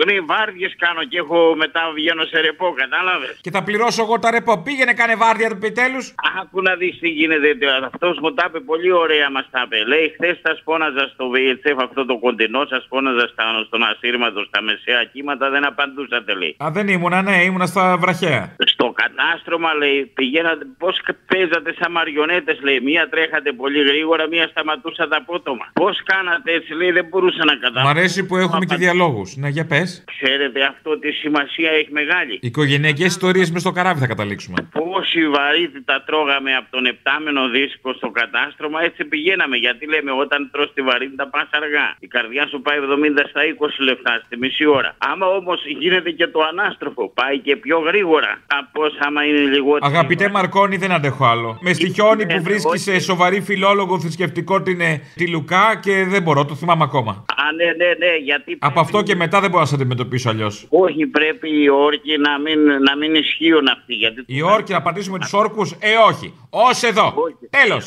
[SPEAKER 24] ναι, βάρδιες κάνω και έχω μετά βγαίνω σε ρεπό, κατάλαβες.
[SPEAKER 2] Και θα πληρώσω εγώ τα ρεπό. Πήγαινε, κάνε βάρδια του επιτέλους.
[SPEAKER 24] Άκου να δεις τι γίνεται. Αυτός μου τα είπε πολύ ωραία, μας τα είπε. Λέει, χθες σα φώναζα στο VHF αυτό το κοντινό, σας φώναζα στα- στον ασύρματο, στα μεσαία κύματα, δεν απαντούσατε, λέει.
[SPEAKER 2] Α, δεν ήμουνα, ναι, ήμουνα στα βραχαία.
[SPEAKER 24] Στο κατάστρωμα, λέει, πηγαίνατε, πώς παίζατε σαν μαριονέτες, λέει. Μία τρέχατε πολύ γρήγορα, μία σταματούσατε απότομα. Πώς κάνατε έτσι, λέει, δεν μπορούσα να
[SPEAKER 2] Μ'
[SPEAKER 24] καταλάβω.
[SPEAKER 2] αρέσει που έχουμε και διαλόγους. Ναι, για πες.
[SPEAKER 24] Ξέρετε αυτό τι σημασία έχει μεγάλη.
[SPEAKER 2] Οικογενειακές ιστορίες μες στο καράβι θα καταλήξουμε.
[SPEAKER 24] Πόση βαρύτητα τρώγαμε από τον επτάμενο δίσκο στο κατάστρωμα, έτσι πηγαίναμε. Γιατί λέμε, όταν τρως τη βαρύτητα πας αργά. Η καρδιά σου πάει 70 στα 20 λεπτά, στη μισή ώρα. Άμα όμως γίνεται και το ανάστροφο, πάει και πιο γρήγορα. Από όσα άμα είναι λιγότερο.
[SPEAKER 2] Αγαπητέ Μαρκόνι, δεν αντέχω άλλο. Με στοιχιώνει
[SPEAKER 24] ναι,
[SPEAKER 2] που βρίσκει σε σοβαρή φιλόλογο θρησκευτικό την, ε, τη Λουκά και δεν μπορώ, το θυμάμαι ακόμα.
[SPEAKER 24] Α, ναι, ναι, ναι, γιατί
[SPEAKER 2] Από αυτό και μετά δεν μπορώ να σε αντιμετωπίσω αλλιώς.
[SPEAKER 24] όχι πρέπει οι όρκοι να μην, να μην ισχύουν αυτοί. Γιατί
[SPEAKER 2] Οι όρκοι, να πατήσουμε τους όρκους, ε όχι. Ως εδώ. Τέλο.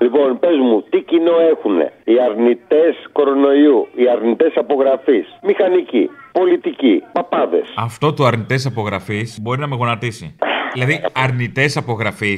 [SPEAKER 20] Λοιπόν, πες μου, τι κοινό έχουν οι αρνητές κορονοϊού, οι αρνητές απογραφής, μηχανικοί, πολιτικοί, παπάδες.
[SPEAKER 2] Αυτό το αρνητές απογραφής μπορεί να με γονατίσει. Δηλαδή, αρνητές απογραφής.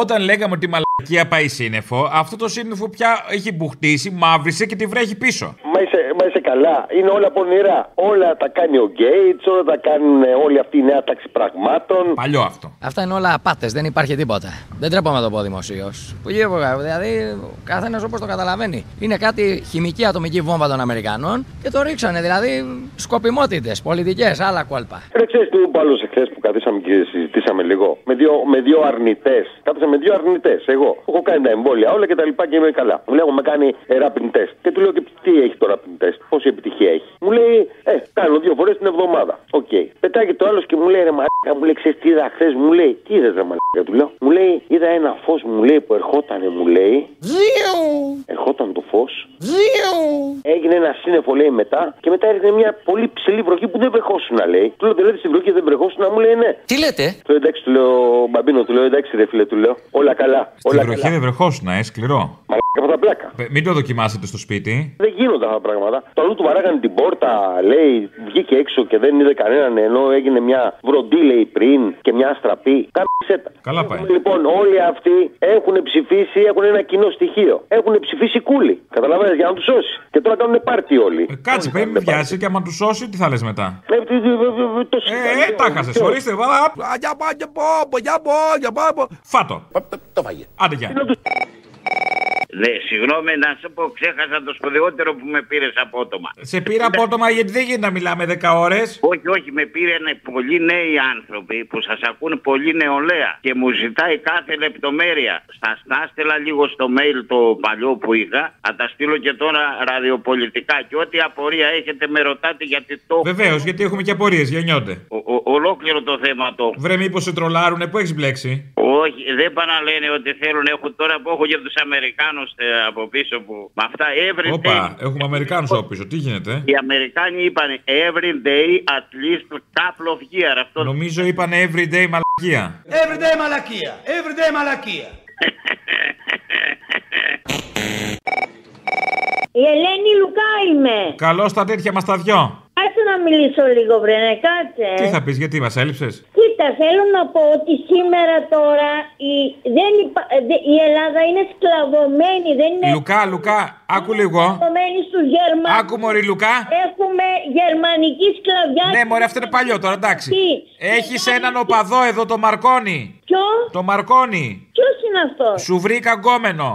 [SPEAKER 2] Όταν λέγαμε ότι η μαλακία πάει σύννεφο, αυτό το σύννεφο πια έχει μπουχτίσει, μαύρισε και τη βρέχει πίσω.
[SPEAKER 20] Μα είσαι, μα είσαι καλά, είναι όλα πονηρά. Όλα τα κάνει ο Γκέιτ, όλα τα κάνουν ε, όλη αυτή η νέα τάξη πραγμάτων.
[SPEAKER 2] Παλιό αυτό.
[SPEAKER 1] Αυτά είναι όλα απάτες, δεν υπάρχει τίποτα. Δεν τρέπομαι να το πω δημοσίως. Πολύ εύκολα. Δηλαδή, ο καθένας όπως το καταλαβαίνει. Είναι κάτι χημική ατομική βόμβα των Αμερικανών και το ρίξανε. Δηλαδή, σκοπιμότητες, πολιτικές, άλλα κόλπα.
[SPEAKER 20] Δεν ξέρεις τι είπε άλλος εχθές που καθίσαμε και συζητήσαμε λίγο. Με δύο, με δύο αρνητές. Κάθισα με δύο αρνητές. Εγώ έχω κάνει τα εμβόλια όλα και τα λοιπά και είμαι καλά. Μου λέει, έχουμε κάνει ε, rapid test. Και του λέω και τι έχει το rapid test, πόση επιτυχία έχει. Μου λέει, Ε, κάνω δύο φορές την εβδομάδα. Οκ. Πετάει και το άλλο και μου λέει, Ρε μαλάκα, μου λέει, ξέρεις τι είδα χθες, μου λέει, Τι είδες, Ρε μαλάκα, του λέω. Μου λέει, Είδα ένα φως, μου λέει, που ερχότανε, μου λέει. Ερχόταν το φως. Έγινε ένα σύννεφο, λέει μετά, και μετά έρχεται μια πολύ ψηλή βροχή που δεν βρεχόσουνα, λέει. Του λέω, δηλαδή στην βροχή δεν βρεχόσουνα, μου λέει ναι. Τι λέτε? Του λέω, εντάξει, του λέω, μπαμπίνο, του λέω, εντάξει, ρε φίλε, του λέω. Όλα καλά.
[SPEAKER 2] Στη
[SPEAKER 20] όλα
[SPEAKER 2] βροχή
[SPEAKER 20] καλά.
[SPEAKER 2] δεν βρεχόσουνα, ε, σκληρό.
[SPEAKER 20] Μαλάκα από τα πλάκα.
[SPEAKER 2] Ε, Μην το δοκιμάσετε στο σπίτι.
[SPEAKER 20] Δεν γίνονται αυτά τα πράγματα. Το αλλού του βαράγανε την πόρτα, λέει, βγήκε έξω και δεν είδε κανέναν, ενώ έγινε μια βροντή, λέει, πριν και μια αστραπή. Κάμισε τα.
[SPEAKER 2] Καλά πάει.
[SPEAKER 20] Λοιπόν, όλοι αυτοί έχουν ψηφίσει, έχουν ένα κοινό στοιχείο. Έχουν ψηφίσει κούλι. Καταλαβαίνετε, για να τους σώσει. Και τώρα κάνουν πάρτι όλοι.
[SPEAKER 2] Ε, Κάτσε, παιδί, με βιάσει και άμα τους σώσει, τι θα λες μετά.
[SPEAKER 20] Ε, τι- τι- τι- τι- το
[SPEAKER 2] Ε, τα χάσες. Ορίστε, βαλά. Φάτο.
[SPEAKER 20] Το φάγε.
[SPEAKER 2] Άντε, γεια.
[SPEAKER 24] Ναι, συγγνώμη να σου πω, ξέχασα το σπουδαιότερο που με πήρες απότομα.
[SPEAKER 2] Σε
[SPEAKER 25] Ε,
[SPEAKER 2] πήρα απότομα γιατί δεν γίνεται να μιλάμε 10 ώρες.
[SPEAKER 24] Όχι, όχι, με πήραν πολλοί νέοι άνθρωποι που σας ακούν πολύ νεολαία και μου ζητάει κάθε λεπτομέρεια. Σα τα έστειλα λίγο στο mail το παλιό που είχα, θα τα στείλω και τώρα ραδιοπολιτικά. Και ό,τι απορία έχετε, με ρωτάτε γιατί το.
[SPEAKER 2] Βεβαίως, γιατί έχουμε και απορίες, γεννιόνται.
[SPEAKER 24] Ο, ο- ολόκληρο το θέμα το.
[SPEAKER 2] Βρε, μήπως σε τρολάρουνε, πού έχεις μπλέξει.
[SPEAKER 24] Όχι, δεν πάνε να λένε ότι θέλουν. Έχω τώρα που έχω για τους Αμερικάνους Αμερικάνος ε, από πίσω που με αυτά every day.
[SPEAKER 2] Όπα, έχουμε Αμερικάνους εδώ πίσω. Τι γίνεται.
[SPEAKER 24] Οι Αμερικάνοι είπαν every day at least couple of year. Αυτό
[SPEAKER 2] Νομίζω είπαν everyday μαλακία.
[SPEAKER 26] Everyday μαλακία. Everyday μαλακία.
[SPEAKER 25] Η Ελένη Λουκά είμαι.
[SPEAKER 2] Καλώς τα τέτοια μας τα δυο.
[SPEAKER 25] Κάτσε να μιλήσω λίγο πριν, ε, κάτσε.
[SPEAKER 2] Τι θα πεις, γιατί μας έλειψες.
[SPEAKER 25] Κοίτα, θέλω να πω ότι σήμερα τώρα η, δεν υπα- ε, δε- η Ελλάδα είναι σκλαβωμένη, δεν είναι
[SPEAKER 2] Λουκά, Λουκά, άκου λίγο.
[SPEAKER 25] σκλαβωμένη στους Γερμανούς.
[SPEAKER 2] Άκου, μωρή, Λουκά.
[SPEAKER 25] Έχουμε γερμανική σκλαβιά.
[SPEAKER 2] Ναι, μωρέ, αυτό είναι παλιό τώρα, εντάξει. Έχεις έναν οπαδό εδώ, το Μαρκόνι.
[SPEAKER 25] Ποιο?
[SPEAKER 2] Το Μαρκόνι.
[SPEAKER 25] Ποιος είναι αυτός?
[SPEAKER 2] Σου βρήκα γκόμενο.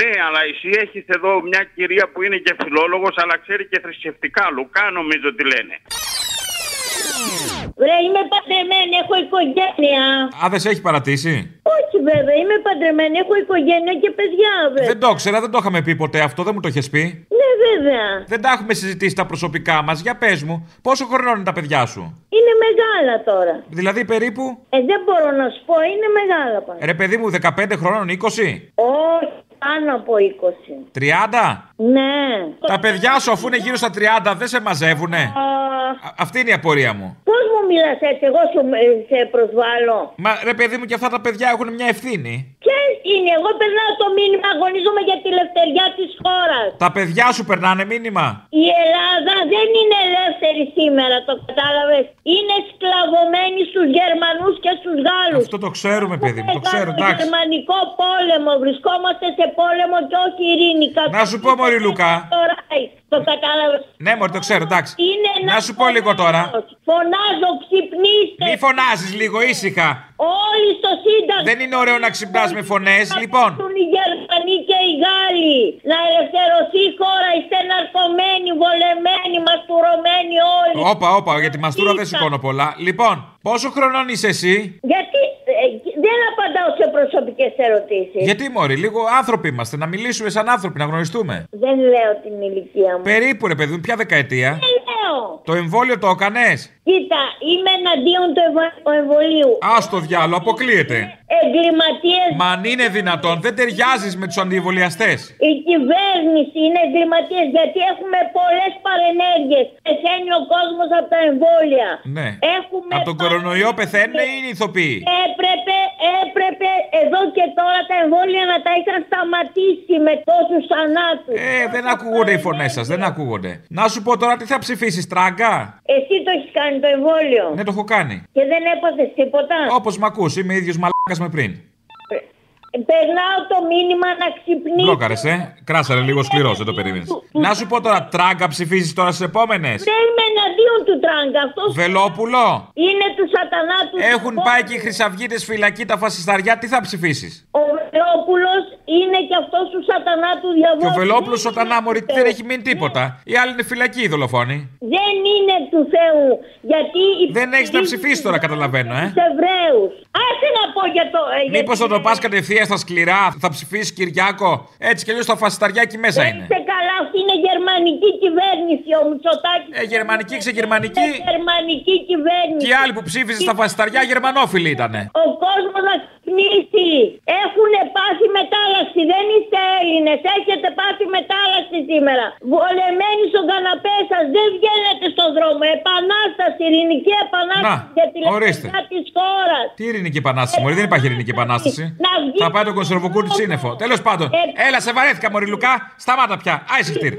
[SPEAKER 24] Ναι, αλλά εσύ έχεις εδώ μια κυρία που είναι και φιλόλογος, αλλά ξέρει και θρησκευτικά. Λουκά, νομίζω τι λένε.
[SPEAKER 25] Βρε, είμαι παντρεμένη, έχω οικογένεια.
[SPEAKER 2] Α, δεν σε έχει παρατήσει.
[SPEAKER 25] Όχι βέβαια, είμαι παντρεμένη, έχω οικογένεια και παιδιά βέβαια.
[SPEAKER 2] Δεν το ήξερα, δεν το είχαμε πει ποτέ αυτό, δεν μου το είχες πει.
[SPEAKER 25] Ναι βέβαια,
[SPEAKER 2] Δεν τα έχουμε συζητήσει τα προσωπικά μας. Για πες μου, πόσο χρονών είναι τα παιδιά σου.
[SPEAKER 25] είναι μεγάλα τώρα.
[SPEAKER 2] Δηλαδή περίπου.
[SPEAKER 25] Ε, δεν μπορώ να σου πω, είναι μεγάλα πάντα.
[SPEAKER 2] Ρε παιδί μου, 15 χρόνων, 20,
[SPEAKER 25] Όχι, πάνω από 20.
[SPEAKER 2] 30.
[SPEAKER 25] Ναι.
[SPEAKER 2] Τα παιδιά σου αφού είναι γύρω στα 30 δεν σε μαζεύουνε. Α, αυτή είναι η απορία μου.
[SPEAKER 25] Πώς μου μιλάς έτσι, εγώ σου, ε, σε προσβάλλω.
[SPEAKER 2] Μα ρε παιδί μου και αυτά τα παιδιά έχουν μια ευθύνη.
[SPEAKER 25] Ποια είναι, εγώ περνάω το μήνυμα, αγωνίζομαι για τη ελευθεριά της χώρας.
[SPEAKER 2] Τα παιδιά σου περνάνε μήνυμα.
[SPEAKER 25] Η Ελλάδα δεν είναι ελεύθερη σήμερα, το κατάλαβες. Είναι σκλαβωμένη στους Γερμανούς και στους Γάλλους.
[SPEAKER 2] Αυτό το ξέρουμε παιδί μου, το ξέρω, εντάξει.
[SPEAKER 25] γερμανικό πόλεμο. Βρισκόμαστε σε πόλεμο και όχι ειρήνικα.
[SPEAKER 2] Να σου πω μωρή Λουκά.
[SPEAKER 25] Το Ράι, το κατάλαβες.
[SPEAKER 2] Ναι μωρή το ξέρω, εντάξει.
[SPEAKER 25] Είναι ένα
[SPEAKER 2] Να σου πω λίγο τώρα.
[SPEAKER 25] Φωνάζω, ξυπνήστε.
[SPEAKER 2] Μη φωνάζεις λίγο ήσυχα.
[SPEAKER 25] Όλοι στο Σύνταγμα.
[SPEAKER 2] Δεν είναι ωραίο να ξυπνάς με φωνές. Λοιπόν,
[SPEAKER 25] Υπάρχουν οι Γερμανοί και οι Γάλλοι. Να ελευθερωθεί η χώρα. Είστε ναρκωμένοι, βολεμένοι, μαστουρωμένοι όλοι.
[SPEAKER 2] όπα όπα για τη μαστούρα δεν σηκώνω πολλά. Λοιπόν, πόσο χρονών είσαι εσύ.
[SPEAKER 25] Γιατί ε, δεν απαντάω σε προσωπικές ερωτήσεις.
[SPEAKER 2] Γιατί μωρή, λίγο άνθρωποι είμαστε, να μιλήσουμε σαν άνθρωποι, να γνωριστούμε.
[SPEAKER 25] Δεν λέω την ηλικία μου.
[SPEAKER 2] Περίπου ρε παιδί μου, ποια δεκαετία.
[SPEAKER 25] Δεν λέω.
[SPEAKER 2] Το εμβόλιο το έκανες.
[SPEAKER 25] Κοίτα, είμαι εναντίον του ευα- του εμβολίου. Ε.
[SPEAKER 2] Άστο διάλο, αποκλείεται.
[SPEAKER 25] Εγκληματίες.
[SPEAKER 2] Μα αν είναι δυνατόν, δεν ταιριάζεις με τους αντιβολιαστέ.
[SPEAKER 25] Η κυβέρνηση είναι εγκληματίες γιατί έχουμε πολλές παρενέργειες. Πεθαίνει ο κόσμος από τα εμβόλια.
[SPEAKER 2] Ναι.
[SPEAKER 25] Έχουμε
[SPEAKER 2] Από τον κορονοϊό πεθαίνουν ή είναι ηθοποιοί.
[SPEAKER 25] Έπρεπε, έπρεπε εδώ και τώρα τα εμβόλια να τα είχαν σταματήσει με τόσους θανάτους.
[SPEAKER 2] Ε, δεν ακούγονται οι φωνές σας, δεν ακούγονται. Να σου πω τώρα τι θα ψηφίσεις, τράγκα.
[SPEAKER 25] Εσύ το έχεις κάνει το εμβόλιο
[SPEAKER 2] Ναι, το έχω κάνει.
[SPEAKER 25] και δεν έπαθες τίποτα.
[SPEAKER 2] Όπως μ' ακούς, είμαι ίδιος μαλάκας με πριν.
[SPEAKER 25] Περνάω το μήνυμα να ξυπνήσω.
[SPEAKER 2] Μπλόκαρες, ε. Κράσαρε λίγο σκληρός, δεν το περίμενες. Να σου πω τώρα, τράγκα ψηφίζεις τώρα στις επόμενες.
[SPEAKER 25] Δεν είμαι εναντίον του τράγκα. Αυτός
[SPEAKER 2] Βελόπουλο.
[SPEAKER 25] είναι του σατανά του.
[SPEAKER 2] Έχουν πάει και οι χρυσαυγίτες φυλακή τα φασισταριά, τι θα ψηφίσεις.
[SPEAKER 25] Ο Βελόπουλος είναι και αυτός του σατανά του
[SPEAKER 2] Και
[SPEAKER 25] διαβόλου.
[SPEAKER 2] ο Βελόπουλος, ο Τανάμορη, δεν έχει μείνει τίποτα. Οι άλλοι είναι φυλακοί οι δολοφόνοι.
[SPEAKER 25] Δεν είναι του Θεού. Γιατί
[SPEAKER 2] Δεν έχεις να ψηφίσεις τώρα, καταλαβαίνω, ε.
[SPEAKER 25] Εβραίους. Άσε να πω για το. ε, για
[SPEAKER 2] Μήπως θα το πα κατευθείαν στα σκληρά, θα ψηφίσεις Κυριάκο. Έτσι κι αλλιώς τα φασισταριά εκεί
[SPEAKER 7] Ε.
[SPEAKER 2] μέσα είναι.
[SPEAKER 25] Είστε καλά, αυτή είναι γερμανική κυβέρνηση. Ο Μητσοτάκης.
[SPEAKER 2] Ε, γερμανική, ξεγερμανική.
[SPEAKER 25] γερμανική κυβέρνηση.
[SPEAKER 2] Και οι άλλοι που ψήφιζαν στα φασισταριά γερμανόφιλοι ήτανε.
[SPEAKER 25] Ο κόσμος να ξυπνήσει. Έχουν πάθει μετάλλαξη. Δεν είστε Έλληνες. Έχετε πάθει μετάλλαξη σήμερα. Βολεμένοι στον καναπέ σας. Δεν βγαίνετε στον δρόμο. Επανάσταση, ειρηνική επανάσταση
[SPEAKER 2] Να,
[SPEAKER 25] για τη
[SPEAKER 2] ορίστε.
[SPEAKER 27] ελευθεριά
[SPEAKER 25] της χώρας.
[SPEAKER 2] Τι ειρηνική επανάσταση, Μωρή, δεν υπάρχει ειρηνική επανάσταση. Θα πάει το κονσερβοκούρ τη σύννεφο. Τέλος πάντων.
[SPEAKER 7] Ε.
[SPEAKER 2] Έλα, σε βαρέθηκα, Μωρή Λουκά. Σταμάτα πια. Άισε χτύρ.
[SPEAKER 7] Ε.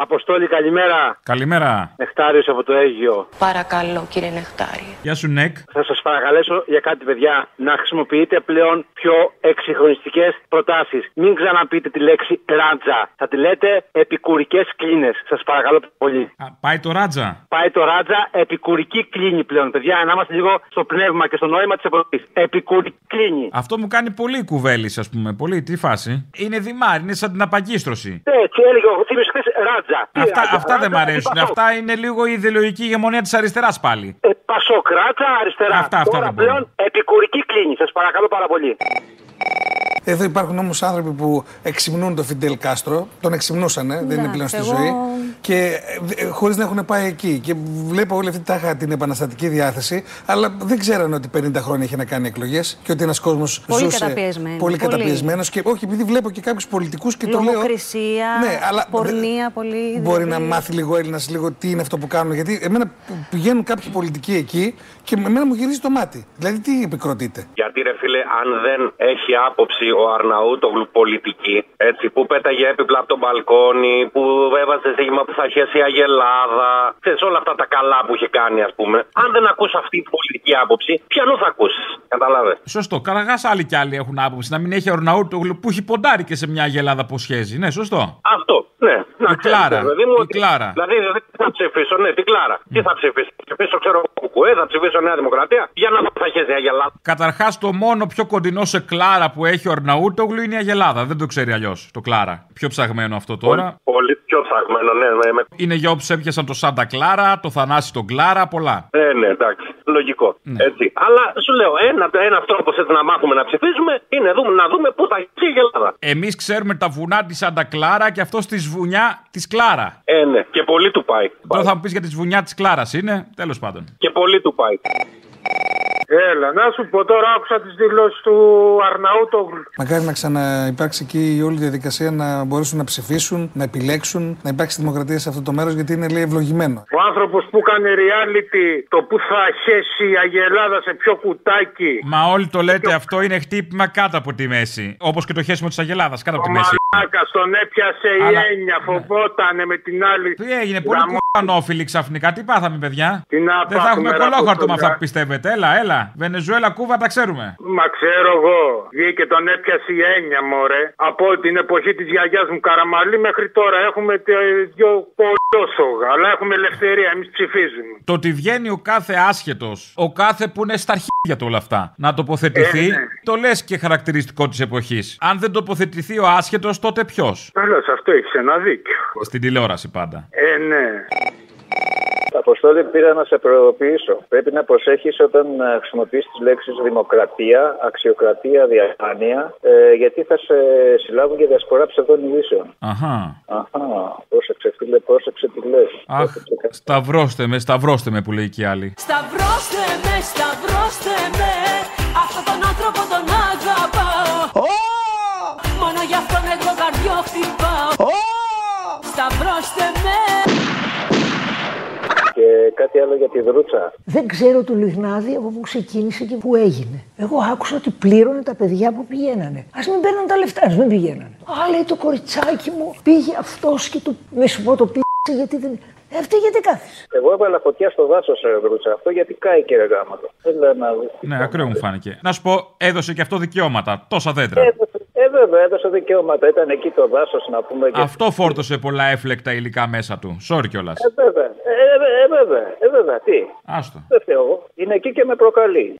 [SPEAKER 7] Αποστόλη, καλημέρα.
[SPEAKER 2] Καλημέρα.
[SPEAKER 7] Νεκτάριος από το Αίγυο.
[SPEAKER 8] Παρακαλώ, κύριε Νεκτάρη.
[SPEAKER 2] Γεια σου, Νεκ.
[SPEAKER 7] Θα σας παρακαλέσω για κάτι, παιδιά, να χρησιμοποιείτε πλέον πιο εξυγχρονιστικές προτάσεις. Μην ξαναπείτε τη λέξη ράτζα. Θα τη λέτε επικουρικές κλίνες. Σας παρακαλώ πολύ.
[SPEAKER 2] Πάει το ράτζα.
[SPEAKER 7] Πάει το ράτζα, επικουρική κλίνη πλέον, παιδιά. Να είμαστε λίγο στο πνεύμα και στο νόημα της εποχή. Επικουρική κλίνη.
[SPEAKER 2] Αυτό μου κάνει πολύ κουβέληση, ας πούμε. Πολύ, τι φάση. Είναι δημάρι, είναι σαν την απαγκίστρωση.
[SPEAKER 7] Ναι, και έλεγε ο Θήμιος χθες ράτζα. Τι
[SPEAKER 2] Αυτά,
[SPEAKER 7] ράτζα,
[SPEAKER 2] αυτά δεν μ'
[SPEAKER 7] ράτζα,
[SPEAKER 2] αρέσουν.
[SPEAKER 7] τι πασόκ.
[SPEAKER 2] Αυτά είναι λίγο η ιδεολογική ηγεμονία της αριστεράς πάλι.
[SPEAKER 7] Ε, Πασόκ, ράτζα, αριστερά.
[SPEAKER 2] Αυτά, αυτά
[SPEAKER 7] Τώρα
[SPEAKER 2] δεν μπορώ.
[SPEAKER 7] πλέον επικουρική κλίνη. Σας παρακαλώ πάρα πολύ.
[SPEAKER 28] Εδώ υπάρχουν όμως άνθρωποι που εξυμνούν τον Φιντελ Κάστρο. Τον εξυμνούσανε, δεν
[SPEAKER 29] Εντάξει,
[SPEAKER 28] είναι πλέον στη
[SPEAKER 29] Ναι, εγώ-
[SPEAKER 28] ζωή. Και χωρίς να έχουν πάει εκεί. Και βλέπω όλη αυτή τάχα την επαναστατική διάθεση. Αλλά δεν ξέρανε ότι 50 χρόνια είχε να κάνει εκλογές και ότι ένας κόσμος
[SPEAKER 29] Πολύ
[SPEAKER 28] ζούσε.
[SPEAKER 29] καταπιεσμένος,
[SPEAKER 28] Πολύ
[SPEAKER 29] πολύ.
[SPEAKER 28] καταπιεσμένος. Και όχι, επειδή βλέπω και κάποιους πολιτικούς και το λέω.
[SPEAKER 29] Λογοκρισία,
[SPEAKER 28] Ναι, αλλά
[SPEAKER 29] πορνεία, πολύ.
[SPEAKER 28] Μπορεί
[SPEAKER 29] δηλαδή.
[SPEAKER 28] να μάθει λίγο Έλληνας λίγο τι είναι αυτό που κάνουν. Γιατί εμένα πηγαίνουν κάποιοι πολιτικοί εκεί και με- εμένα μου γυρίζει το μάτι. Δηλαδή τι επικροτείται.
[SPEAKER 15] Γιατί ρε φίλε, αν δεν έχεις άποψη ο Αρναούτογλου πολιτική, έτσι, που πέταγε έπιπλα από τον μπαλκόνι, που έβαζε ζήτημα που θα χέσει η Αγελάδα, ξέρεις όλα αυτά τα καλά που είχε κάνει, ας πούμε. Αν δεν ακούς αυτή την πολιτική άποψη, ποιανού θα ακούσεις, καταλάβες.
[SPEAKER 2] Σωστό. Καταρχά, άλλοι κι άλλοι έχουν άποψη. Να μην έχει Αρναούτογλου που έχει ποντάρει και σε μια γελάδα που σχέζει. Ναι, σωστό.
[SPEAKER 15] Αυτό, ναι. Να
[SPEAKER 2] Η
[SPEAKER 15] ξέρεις,
[SPEAKER 2] Κλάρα,
[SPEAKER 15] ρε παιδί μου,
[SPEAKER 2] η
[SPEAKER 15] ότι-
[SPEAKER 2] Κλάρα.
[SPEAKER 15] Δηλαδή, δεν θα ψηφίσω, ναι, την Κλάρα. Τι θα ψηφίσω, θα ψηφίσω, ξέρω, Κουκουέ, θα ψηφίσω Νέα Δημοκρατία. Για να δω που θα χέσει η Αγελάδα.
[SPEAKER 2] Καταρχάς, το μόνο πιο κοντινό σε Κλάρα που έχει ο Αρναούτογλου είναι η Αγελάδα. Δεν το ξέρει αλλιώς το Κλάρα. Πιο ψαγμένο αυτό τώρα.
[SPEAKER 15] Πολύ πιο ψαγμένο, ναι. ναι, με...
[SPEAKER 2] Είναι για όποιους έπιασαν το Σάντα Κλάρα, το Θανάση τον Κλάρα, πολλά.
[SPEAKER 15] Ε, ναι, εντάξει. Λογικό.
[SPEAKER 2] Ναι.
[SPEAKER 15] Έτσι. Αλλά σου λέω, ένα, ένα τρόπο έτσι να μάθουμε να ψηφίζουμε είναι δούμε, να δούμε πού θα γίνει η Ελλάδα.
[SPEAKER 2] Εμείς ξέρουμε τα βουνά της Σάντα Κλάρα και αυτό τη βουνιά της Κλάρα.
[SPEAKER 15] Ε, ναι. Και πολύ του πάει.
[SPEAKER 2] Τώρα θα μου πεις για τη βουνιά της Κλάρας είναι. Τέλος πάντων.
[SPEAKER 15] Και πολύ του πάει.
[SPEAKER 7] Έλα, να σου πω τώρα, άκουσα τις δηλώσεις του Αρναούτογλου.
[SPEAKER 28] Μακάρι να ξαναυπάρξει εκεί η όλη διαδικασία να μπορέσουν να ψηφίσουν, να επιλέξουν, να υπάρξει δημοκρατία σε αυτό το μέρος γιατί είναι λέει ευλογημένο.
[SPEAKER 7] Ο άνθρωπος που κάνει reality, το που θα χέσει η Αγελάδα σε ποιο κουτάκι.
[SPEAKER 2] Μα όλοι το λέτε, αυτό είναι χτύπημα κάτω από τη μέση. Όπως και το χέσιμο της Αγελάδα, κάτω από τη μέση.
[SPEAKER 7] Μαλάκας, τον έπιασε
[SPEAKER 2] Αλλά-
[SPEAKER 7] η έννοια, φοβότανε με την άλλη.
[SPEAKER 2] Ναι. Τι έγινε, πολύ κουμπανόφιλοι ξαφνικά. Τι πάθαμε, παιδιά.
[SPEAKER 7] Τι να
[SPEAKER 2] Δεν θα
[SPEAKER 7] πάθουμε,
[SPEAKER 2] έχουμε
[SPEAKER 7] ρε,
[SPEAKER 2] κολόχαρτο με
[SPEAKER 7] Αποστολιά.
[SPEAKER 2] αυτά που πιστεύετε. Έλα, έλα. Βενεζουέλα, Κούβα, τα ξέρουμε.
[SPEAKER 7] Μα ξέρω εγώ, βγήκε τον έπιασε η έννοια μωρέ. Από την εποχή της γιαγιάς μου Καραμαλή μέχρι τώρα έχουμε τε- δυο κολόσογα, αλλά έχουμε ελευθερία, εμείς ψηφίζουμε.
[SPEAKER 2] Το ότι βγαίνει ο κάθε άσχετος, ο κάθε που είναι στα αρχίδια του όλα αυτά, να τοποθετηθεί,
[SPEAKER 7] Ε, ναι.
[SPEAKER 2] το λες και χαρακτηριστικό της εποχής. Αν δεν τοποθετηθεί ο άσχετος, τότε ποιος.
[SPEAKER 7] Καλώς, αυτό έχεις ένα δίκιο.
[SPEAKER 2] Στην τηλεόραση πάντα.
[SPEAKER 7] Ε, ναι.
[SPEAKER 30] Αποστόλη, πήρα να σε προειδοποιήσω. Πρέπει να προσέχεις όταν ε, χρησιμοποιείς τις λέξεις δημοκρατία, αξιοκρατία, διαφάνεια, ε, γιατί θα σε συλλάβουν για διασπορά ψευδών ειδήσεων.
[SPEAKER 2] Αχά.
[SPEAKER 30] Αχα, πρόσεξε, φίλε, πρόσεξε τι λες.
[SPEAKER 2] Αχ, σταυρώστε με, σταυρώστε με που λέει και η άλλη.
[SPEAKER 22] Σταυρώστε με, σταυρώστε με Αυτόν τον άνθρωπο τον αγαπάω Μόνο γι' αυτόν εγώ καρδιό χτυπάω Σταυρώστε με
[SPEAKER 30] Και κάτι άλλο για τη δρούτσα.
[SPEAKER 31] Δεν ξέρω του Λιγνάδη από πού ξεκίνησε και πού έγινε. Εγώ άκουσα ότι πλήρωνε τα παιδιά που πηγαίνανε. Ας μην παίρναν τα λεφτά, ας μην πηγαίνανε. Α, λέει το κοριτσάκι μου, πήγε αυτός και του. Με σου πω το πήγε γιατί δεν. Ε, Αυτή γιατί κάθισε.
[SPEAKER 30] Εγώ έβαλα φωτιά στο δάσος, ρε δρούτσα. Αυτό γιατί κάει και ρε γάματο. Έλα να δεις.
[SPEAKER 2] Ναι, ακραίο μου φάνηκε. Να σου πω, έδωσε και αυτό δικαιώματα. Τόσα δέντρα.
[SPEAKER 30] Ε, βέβαια, έδωσε δικαιώματα. Ήταν εκεί το δάσος, να πούμε. Και...
[SPEAKER 2] Αυτό φόρτωσε πολλά έφλεκτα υλικά μέσα του. Sorry κιόλας.
[SPEAKER 30] Ε, βέβαια. Ε, ε, βέ- ε, βέβαια. Ε, βέβαια. Τι.
[SPEAKER 2] Άστο.
[SPEAKER 30] Δεν φταίω εγώ. Είναι εκεί και με προκαλεί.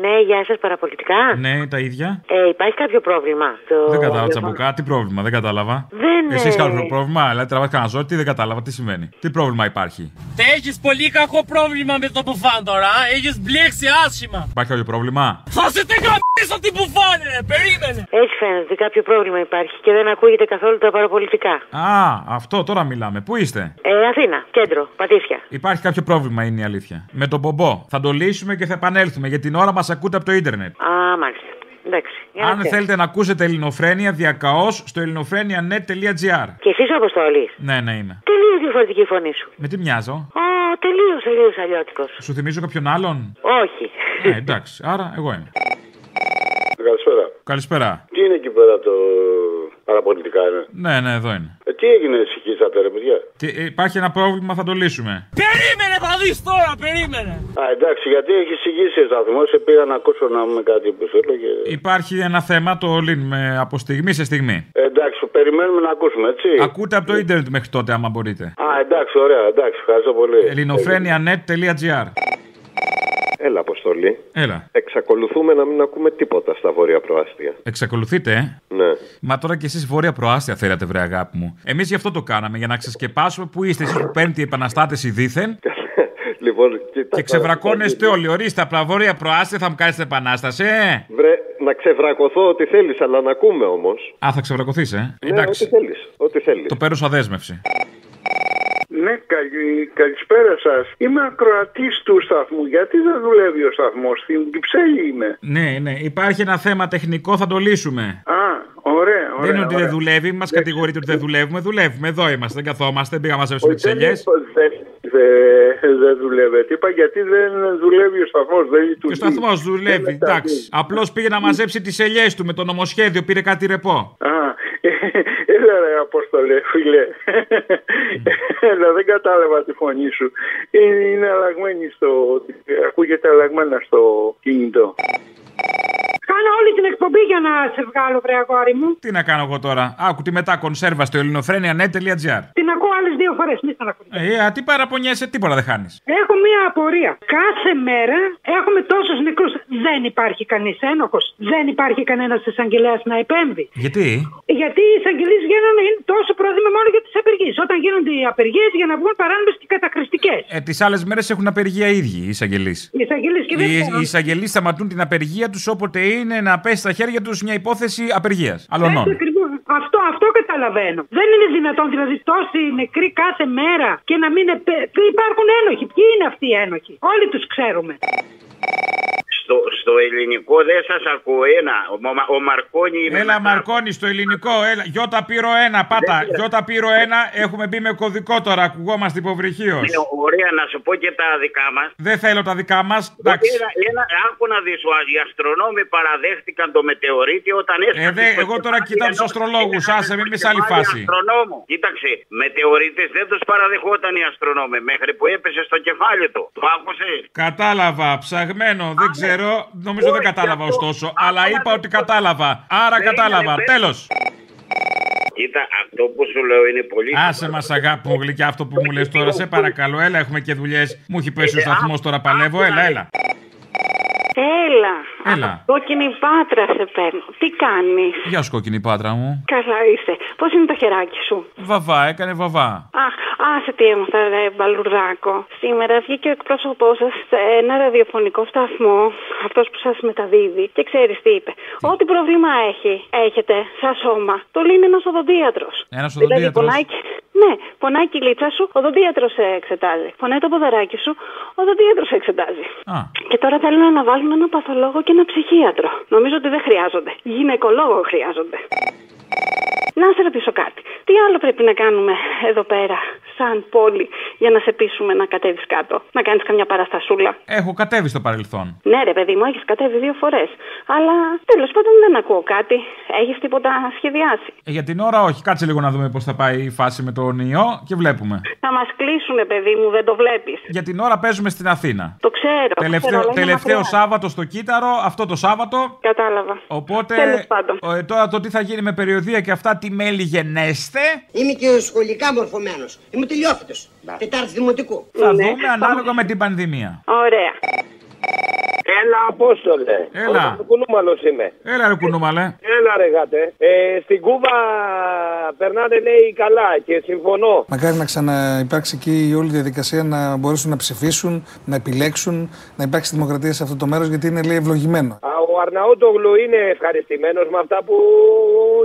[SPEAKER 10] Ναι, γεια σας, παραπολιτικά.
[SPEAKER 2] Ναι, τα ίδια.
[SPEAKER 10] Ε, υπάρχει κάποιο πρόβλημα. Το...
[SPEAKER 2] Δεν κατάλαβα τσαμπουκά. Τι πρόβλημα, δεν κατάλαβα.
[SPEAKER 10] Ε, Δεν, ε,
[SPEAKER 2] Εσύ έχει κάποιο πρόβλημα, αλλά τραβάς κανένα ζόρι, τι δεν κατάλαβα, τι σημαίνει. Τι πρόβλημα υπάρχει.
[SPEAKER 14] Έχεις πολύ κακό πρόβλημα με το μπουφάν τώρα. Έχεις μπλέξει άσχημα.
[SPEAKER 2] Υπάρχει κάποιο πρόβλημα.
[SPEAKER 14] Θα σε τεγαμίσω την μπουφάνε, ρε, περίμενε.
[SPEAKER 10] Έτσι φαίνεται, κάποιο πρόβλημα υπάρχει και δεν ακούγεται καθόλου τα παραπολιτικά.
[SPEAKER 2] Α, αυτό τώρα μιλάμε. Πού είστε.
[SPEAKER 10] Ε, Αθήνα, κέντρο, πατήσια.
[SPEAKER 2] Υπάρχει κάποιο πρόβλημα, είναι η αλήθεια. Με τον πομπό. Θα το λύσουμε και θα επανέλθουμε. Για την ώρα μας ακούτε από το ίντερνετ.
[SPEAKER 10] Α, ναι, μάλιστα. Εντάξει. για να
[SPEAKER 2] Αν
[SPEAKER 10] ξέρω.
[SPEAKER 2] θέλετε να ακούσετε ελληνοφρένεια διακαώς στο ελληνοφρένια.net.gr.
[SPEAKER 10] Και εσύ ο Αποστολή.
[SPEAKER 2] Ναι, ναι, είμαι.
[SPEAKER 10] Τελείως διαφορετική η φωνή σου.
[SPEAKER 2] Με τι μοιάζω.
[SPEAKER 10] Ω, τελείως, τελείως αλλιώτικος.
[SPEAKER 2] Σου θυμίζω κάποιον άλλον.
[SPEAKER 10] Όχι.
[SPEAKER 2] Ναι, εντάξει, άρα εγώ είμαι.
[SPEAKER 32] Καλησπέρα.
[SPEAKER 2] Καλησπέρα.
[SPEAKER 32] Τι είναι εκεί πέρα το παραπολιτικά, είναι.
[SPEAKER 2] Ναι, ναι, εδώ είναι.
[SPEAKER 32] Ε, τι έγινε, συγχύσατε, ρε παιδιά.
[SPEAKER 2] Τι, υπάρχει ένα πρόβλημα, θα το λύσουμε.
[SPEAKER 14] Περίμενε, θα δεις τώρα, περίμενε.
[SPEAKER 32] Α, εντάξει, γιατί έχει συγχύσει ο σταθμός. Σε πήγα να ακούσω να μου κάτι που σου έλεγε.
[SPEAKER 2] Υπάρχει ένα θέμα, το λύνουμε από στιγμή σε στιγμή.
[SPEAKER 32] Ε, εντάξει, περιμένουμε να ακούσουμε, έτσι.
[SPEAKER 2] Ακούτε από το ίντερνετ μέχρι τότε, άμα μπορείτε.
[SPEAKER 32] Α, εντάξει, ωραία, εντάξει, ευχαριστώ πολύ.
[SPEAKER 2] Ελληνοφρένια.net.gr
[SPEAKER 33] Ε, Έλα, Αποστολή.
[SPEAKER 2] Έλα.
[SPEAKER 33] Εξακολουθούμε να μην ακούμε τίποτα στα βόρεια προάστια.
[SPEAKER 2] Εξακολουθείτε, ε.
[SPEAKER 33] Ναι.
[SPEAKER 2] Μα τώρα κι εσείς βόρεια προάστια θέλατε, βρε αγάπη μου. Εμείς γι' αυτό το κάναμε, για να ξεσκεπάσουμε που είστε εσείς που παίρνετε οι επαναστάτες δίθεν
[SPEAKER 33] Λοιπόν, κοίτα.
[SPEAKER 2] και ξεβρακώνεστε όλοι. Ορίστε, από τα βόρεια προάστια θα μου κάνετε επανάσταση, ε.
[SPEAKER 33] Βρε,
[SPEAKER 34] να ξεβρακωθώ ό,τι θέλεις, αλλά να ακούμε όμως.
[SPEAKER 2] Α, θα ξεβρακωθείς, ε.
[SPEAKER 34] Ναι, ό,τι θέλεις. Ό,τι θέλεις.
[SPEAKER 2] Το παίρνω σαν δέσμευση.
[SPEAKER 32] Ναι, καλη, καλησπέρα σας. Είμαι ακροατής του σταθμού. Γιατί δεν δουλεύει ο σταθμός, στην Κυψέλη είμαι.
[SPEAKER 2] Ναι, ναι. Υπάρχει ένα θέμα τεχνικό, θα το λύσουμε.
[SPEAKER 32] Α, ωραία, ωραία.
[SPEAKER 2] δεν είναι ότι
[SPEAKER 32] ωραία. Ναι.
[SPEAKER 2] δεν δουλεύει, μας κατηγορείτε ότι δεν δουλεύουμε. Δουλεύουμε, εδώ είμαστε, δεν καθόμαστε, δεν πήγαμε σε
[SPEAKER 32] Όχι,
[SPEAKER 2] εξελιέ.
[SPEAKER 32] Δεν, δεν- δεν δουλεύεται. Είπα γιατί δεν δουλεύει ο σταθμός, δεν λειτουργεί.
[SPEAKER 2] Και ο σταθμός δουλεύει, εντάξει. Απλώς πήγε να μαζέψει τις ελιές του με το νομοσχέδιο, πήρε κάτι ρεπό.
[SPEAKER 32] Α, έλα ρε Απόστολε, φίλε. έλα, δεν κατάλαβα τη φωνή σου. Είναι, είναι αλλαγμένη στο... Ακούγεται αλλαγμένα στο κινητό.
[SPEAKER 29] Κάνω όλη την εκπομπή για να σε βγάλω, βρε αγόρι μου.
[SPEAKER 2] Τι να κάνω εγώ τώρα. Άκου τη μετά κονσέρβα στο ελληνοφρένια.net.gr.
[SPEAKER 29] Την ακούω άλλες δύο φορές, μη στεναχωρείς.
[SPEAKER 2] Ε, α, τι παραπονιέσαι, τίποτα δεν χάνεις.
[SPEAKER 29] Έχω μία απορία. Κάθε μέρα έχουμε τόσους νεκρούς. Δεν υπάρχει κανείς ένοχος. Δεν υπάρχει κανένας εισαγγελέας να επέμβει.
[SPEAKER 2] Γιατί?
[SPEAKER 29] Γιατί οι εισαγγελείς γίνανε είναι τόσο πρόθυμα μόνο για τις απεργίες. Όταν γίνονται οι απεργίες για να βγουν παράνομε και κατακριστικές.
[SPEAKER 2] Ε, τις άλλες μέρες έχουν απεργία οι ίδιοι οι εισαγγελείς.
[SPEAKER 29] Οι εισαγγελείς και δεν
[SPEAKER 2] Οι,
[SPEAKER 29] φταίνουν.
[SPEAKER 2] οι εισαγγελείς σταματούν την απεργία τους όποτε είναι να πέσει στα χέρια τους μια υπόθεση απεργίας. Αλλονών.
[SPEAKER 29] Έτσι ακριβώς. Αυτό, αυτό καταλαβαίνω. Δεν είναι δυνατόν δηλαδή τόσοι νεκροί κάθε μέρα και να μην επε- υπάρχουν ένοχοι. Ποιοι είναι αυτοί οι ένοχοι. Όλοι τους ξέρουμε.
[SPEAKER 24] Στο, στο ελληνικό δεν σας ακούω ένα. Ο, Μα- ο Μαρκόνι είναι.
[SPEAKER 2] Έλα, Μαρκώνη, στο ελληνικό, έλα. Γιώτα πύρο 1, πάτα. Γιώτα πύρο 1, έχουμε μπει με κωδικό τώρα, ακουγόμαστε υποβρυχίως.
[SPEAKER 24] Ναι, ωραία, να σου πω και τα δικά μας.
[SPEAKER 2] Δεν θέλω τα δικά μας. Εντάξει.
[SPEAKER 24] Ένα, ένα, άκου να δεις, ο- οι αστρονόμοι παραδέχτηκαν το μετεωρίτη όταν έφτασε.
[SPEAKER 2] Ε, δε, εγώ τώρα κοιτάω τους αστρολόγους. Άσε, μην είμαι σε άλλη φάση.
[SPEAKER 24] Αστρονόμο. Κοίταξε, μετεωρίτες δεν τους παραδεχόταν οι αστρονόμοι μέχρι που έπεσε στο κεφάλι του. Το άκουσες.
[SPEAKER 2] Κατάλαβα, ψαγμένο, δεν ξέρω. Νομίζω δεν κατάλαβα ωστόσο. Αλλά είπα ότι κατάλαβα. Άρα
[SPEAKER 24] Περίμενε,
[SPEAKER 2] κατάλαβα.
[SPEAKER 24] πες.
[SPEAKER 2] Τέλος.
[SPEAKER 24] Κοίτα, αυτό που σου λέω είναι πολύ.
[SPEAKER 2] Άσε μας, αγάπη μου γλυκιά, αυτό που μου λες τώρα. Σε παρακαλώ, έλα, έχουμε και δουλειές. Μου έχει πέσει ο σταθμό τώρα, παλεύω. Έλα, έλα.
[SPEAKER 35] Έλα.
[SPEAKER 2] Έλα.
[SPEAKER 35] Κόκκινη πάτρα σε παίρνω. Τι κάνεις.
[SPEAKER 2] Γεια σου, κόκκινη πάτρα μου.
[SPEAKER 35] Καλά είσαι. Πώς είναι το χεράκι σου.
[SPEAKER 2] Βαβά, έκανε βαβά.
[SPEAKER 35] Αχ, άσε τι έμαθα, ρε μπαλουρδάκο. Σήμερα βγήκε ο εκπρόσωπός σας σε ένα ραδιοφωνικό σταθμό, αυτός που σας μεταδίδει, και ξέρεις τι είπε. Ό,τι πρόβλημα έχει, έχετε, σαν σώμα, το λύνει ένας οδοντίατρος.
[SPEAKER 2] Ένας
[SPEAKER 35] Δηλαδή,
[SPEAKER 2] οδοντίατρος.
[SPEAKER 35] πονάει, και- ναι, πονάει η κυλίτσα σου, ο οδοντίατρος εξετάζει. Πονάει το ποδαράκι σου, ο οδοντίατρος εξετάζει. Και τώρα θέλουν να βάλουν ένα παθολόγο και ένα ψυχίατρο. Νομίζω ότι δεν χρειάζονται. Γυναικολόγο χρειάζονται. Να σε ρωτήσω κάτι. Τι άλλο πρέπει να κάνουμε εδώ πέρα, σαν πόλη, για να σε πείσουμε να κατέβεις κάτω, να κάνεις καμιά παραστασούλα.
[SPEAKER 2] Έχω κατέβει στο παρελθόν.
[SPEAKER 35] Ναι, ρε παιδί μου, έχεις κατέβει δύο φορές. Αλλά τέλος πάντων δεν ακούω κάτι. Έχεις τίποτα σχεδιάσει.
[SPEAKER 2] Ε, Για την ώρα όχι. Κάτσε λίγο να δούμε πώς θα πάει η φάση με τον ιό και βλέπουμε.
[SPEAKER 35] Θα μας κλείσουνε, παιδί μου, δεν το βλέπεις.
[SPEAKER 2] Για την ώρα παίζουμε στην Αθήνα.
[SPEAKER 35] Το ξέρω. ξέρω, αλλά
[SPEAKER 2] Τελευταίο,
[SPEAKER 35] είναι
[SPEAKER 2] τελευταίο
[SPEAKER 35] μακριά.
[SPEAKER 2] Σάββατο στο Κύτταρο, αυτό το Σάββατο.
[SPEAKER 35] Κατάλαβα.
[SPEAKER 2] Οπότε
[SPEAKER 35] Τέλος πάντων.
[SPEAKER 2] ο, ε, τώρα το τι θα γίνει με περιοδία και αυτά, τι μέλη γενέστε.
[SPEAKER 36] Είμαι και σχολικά μορφωμένος. Είμαι τελειόφυτος. Τετάρτη δημοτικού.
[SPEAKER 2] Θα
[SPEAKER 35] Ναι,
[SPEAKER 29] Ναι.
[SPEAKER 2] δούμε ανάλογα με την πανδημία.
[SPEAKER 35] Ωραία.
[SPEAKER 7] Έλα, Απόστολε.
[SPEAKER 2] Έλα.
[SPEAKER 7] Ο Κουνούμαλο είμαι.
[SPEAKER 2] Έλα ρε κουνούμαλε.
[SPEAKER 7] Έλα, ρε γάτε. Ε, στην Κούβα περνάνε, λέει, καλά και συμφωνώ.
[SPEAKER 28] Μακάρι να ξαναυπάρξει εκεί η όλη διαδικασία να μπορέσουν να ψηφίσουν, να επιλέξουν, να υπάρξει δημοκρατία σε αυτό το μέρος γιατί είναι λέει ευλογημένο.
[SPEAKER 7] Α, Ο Αρναούτογλου είναι ευχαριστημένος με αυτά που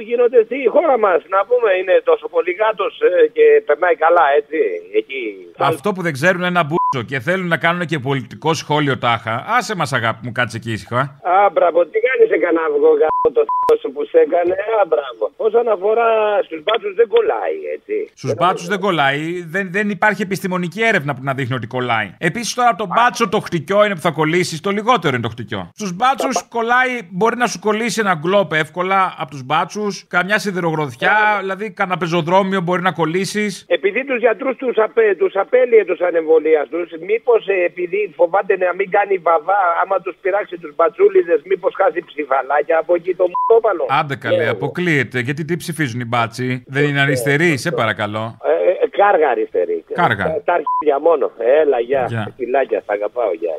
[SPEAKER 7] γίνονται στη χώρα μας. Να πούμε, είναι τόσο πολύ γάτος ε, και περνάει καλά, έτσι, εκεί.
[SPEAKER 2] Αυτό που δεν ξέρουν ένα μπούτσο και θέλουν να κάνουν και πολιτικό σχόλιο τάχα. Άσε μας αγάπη μου, κάτσε εκεί ήσυχα.
[SPEAKER 7] Α, μπράβο, τι κάνεις έκανε αυγό γάμο το σου που σε έκανε, α, μπράβο. Όσον αφορά στους μπάτσους δεν κολλάει, έτσι.
[SPEAKER 2] Στους μπάτσους δεν κολλάει, δεν, δεν υπάρχει επιστημονική έρευνα που να δείχνει ότι κολλάει. Επίσης τώρα το μπάτσο το χτυκιό είναι που θα κολλήσεις, το λιγότερο είναι το χτυκιό. Στους μπάτσους κολλάει, μπορεί να σου κολλήσει ένα γκλόπ εύκολα από τους μπάτσους, καμιά σιδηρογροθιά, δηλαδή κανένα πεζοδρόμιο μπορεί να κολλήσεις.
[SPEAKER 7] Επειδή τους γιατρούς τους, απέ, τους απέλυε τους ανεμβολίας τους, μήπως ε, επειδή φοβάται να μην κάνει βαβά, άμα τους πειράξει τους μπατσούλιδες, μήπως χάσει ψηφαλάκια από εκεί το μουτόπαλο.
[SPEAKER 2] Άντε καλέ, αποκλείεται. Γιατί τι ψηφίζουν οι μπάτσοι, δεν είναι αριστεροί, σε παρακαλώ.
[SPEAKER 7] Ε, ε, κάργα αριστερή.
[SPEAKER 2] Κάργα.
[SPEAKER 7] Ε, Τα αρχίδια μόνο. Έλα,
[SPEAKER 2] Γεια.
[SPEAKER 7] γεια. Φιλάκια, σ' αγαπάω, γεια.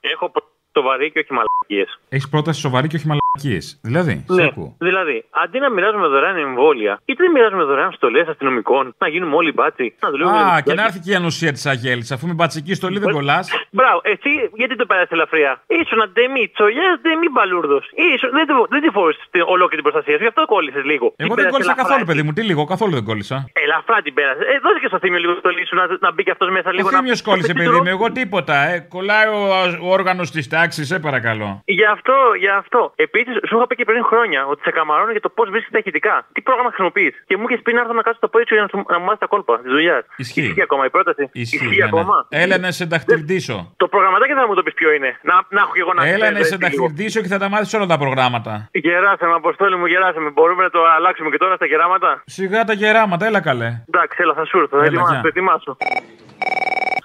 [SPEAKER 14] Έχω προ- σοβαρή και όχι μαλακίες.
[SPEAKER 2] Έχεις πρόταση σοβαρή και όχι μαλακή. μαλακίες. Δηλαδή, σε
[SPEAKER 14] Ναι.
[SPEAKER 2] ακούω.
[SPEAKER 14] Δηλαδή, αντί να μοιράζουμε δωρεάν εμβόλια, γιατί δεν μοιράζουμε δωρεάν στολές αστυνομικών, να γίνουμε όλοι μπάτσι, να δουλεύουμε.
[SPEAKER 2] Α,
[SPEAKER 14] όλοι
[SPEAKER 2] και να
[SPEAKER 14] μπάτσι.
[SPEAKER 2] έρθει και η ανοσία της Αγέλης. Αφού με μπατσική στολή δεν κολλάς.
[SPEAKER 14] Μπράβο, εσύ γιατί το πέρασε ελαφριά. Ήσουν αντεμί τσολιά, ντεμί μπαλούρδο. Δεν, τη- δεν τη φόρησε ολόκληρη την προστασία σου, γι' αυτό κόλλησες λίγο. Την
[SPEAKER 2] Εγώ δεν
[SPEAKER 14] πέρασες
[SPEAKER 2] κόλλησα
[SPEAKER 14] ελαφρά.
[SPEAKER 2] καθόλου, παιδί μου. Τι λίγο, καθόλου δεν κόλλησα.
[SPEAKER 14] Ελαφρά την πέρασε. Ε, δώσε και στο θύμιο λίγο στολή σου να, να μπει και αυτός μέσα λίγο.
[SPEAKER 2] Ο
[SPEAKER 14] να-
[SPEAKER 2] Θήμιο
[SPEAKER 14] να
[SPEAKER 2] κόλλησε,
[SPEAKER 14] πετύχει
[SPEAKER 2] παιδί
[SPEAKER 14] το-
[SPEAKER 2] μου. Εγώ τίποτα. Ε. Κολλάει ο, ο όργανος της τάξης, σε παρακαλώ.
[SPEAKER 14] Γι' αυτό, γι' αυτό. Επίσης, σου είχα πει και πριν χρόνια ότι σε καμαρώνω για το πώς βρίσκει τα ηχητικά. Τι πρόγραμμα χρησιμοποιείς. Και μου είχες πει να έρθω να κάτσω το πόδι σου για να, σου- να μου μάθεις τα κόλπα της δουλειάς.
[SPEAKER 2] Ισχύει.
[SPEAKER 14] ακόμα η πρόταση. Ισχύει,
[SPEAKER 2] ναι, ναι.
[SPEAKER 14] ακόμα.
[SPEAKER 2] Έλα να σε ενταχτυλντήσω.
[SPEAKER 14] Το προγραμματάκι θα μου το πεις ποιο είναι. Να, να έχω και εγώ να
[SPEAKER 2] Έλα
[SPEAKER 14] ξέρω,
[SPEAKER 2] να σε
[SPEAKER 14] έτσι, λίγο.
[SPEAKER 2] ενταχτυλντήσω και θα τα μάθεις όλα τα προγράμματα.
[SPEAKER 14] Γεράσε με, Αποστόλη μου, γεράσε με. Μπορούμε να το αλλάξουμε και τώρα στα γεράματα.
[SPEAKER 2] Σιγά τα γεράματα, έλα καλέ.
[SPEAKER 14] Εντάξει, έλα, θα σου έρθω. Θα
[SPEAKER 2] Έλα,
[SPEAKER 14] ετοιμάσω,
[SPEAKER 2] γεια.
[SPEAKER 14] θα ετοιμάσω.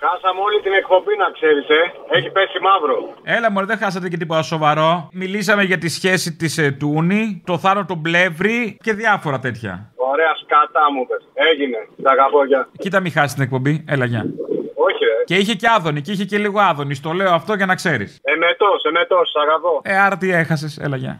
[SPEAKER 4] Χάσαμε όλη την εκπομπή να ξέρεις, ε. Έχει πέσει μαύρο.
[SPEAKER 2] Έλα, μωρέ, δεν χάσατε και τίποτα σοβαρό. Μιλήσαμε για τη σχέση της ε, Τούνη, το θάνατο του Μπλεύρη και διάφορα τέτοια.
[SPEAKER 4] Ωραία σκάτα μου πες. Ε, Έγινε. Τα αγαπώ, γεια.
[SPEAKER 2] Κοίτα, μην χάσεις την εκπομπή. Έλα, γεια.
[SPEAKER 4] Όχι, ρε.
[SPEAKER 2] Και είχε και άδωνη, και είχε και λίγο άδωνη. Στο λέω αυτό για να ξέρεις.
[SPEAKER 4] ε, Εμετός, εμετός, σ' αγαπώ.
[SPEAKER 2] Ε, άρα τι έχασες, έλα, γεια.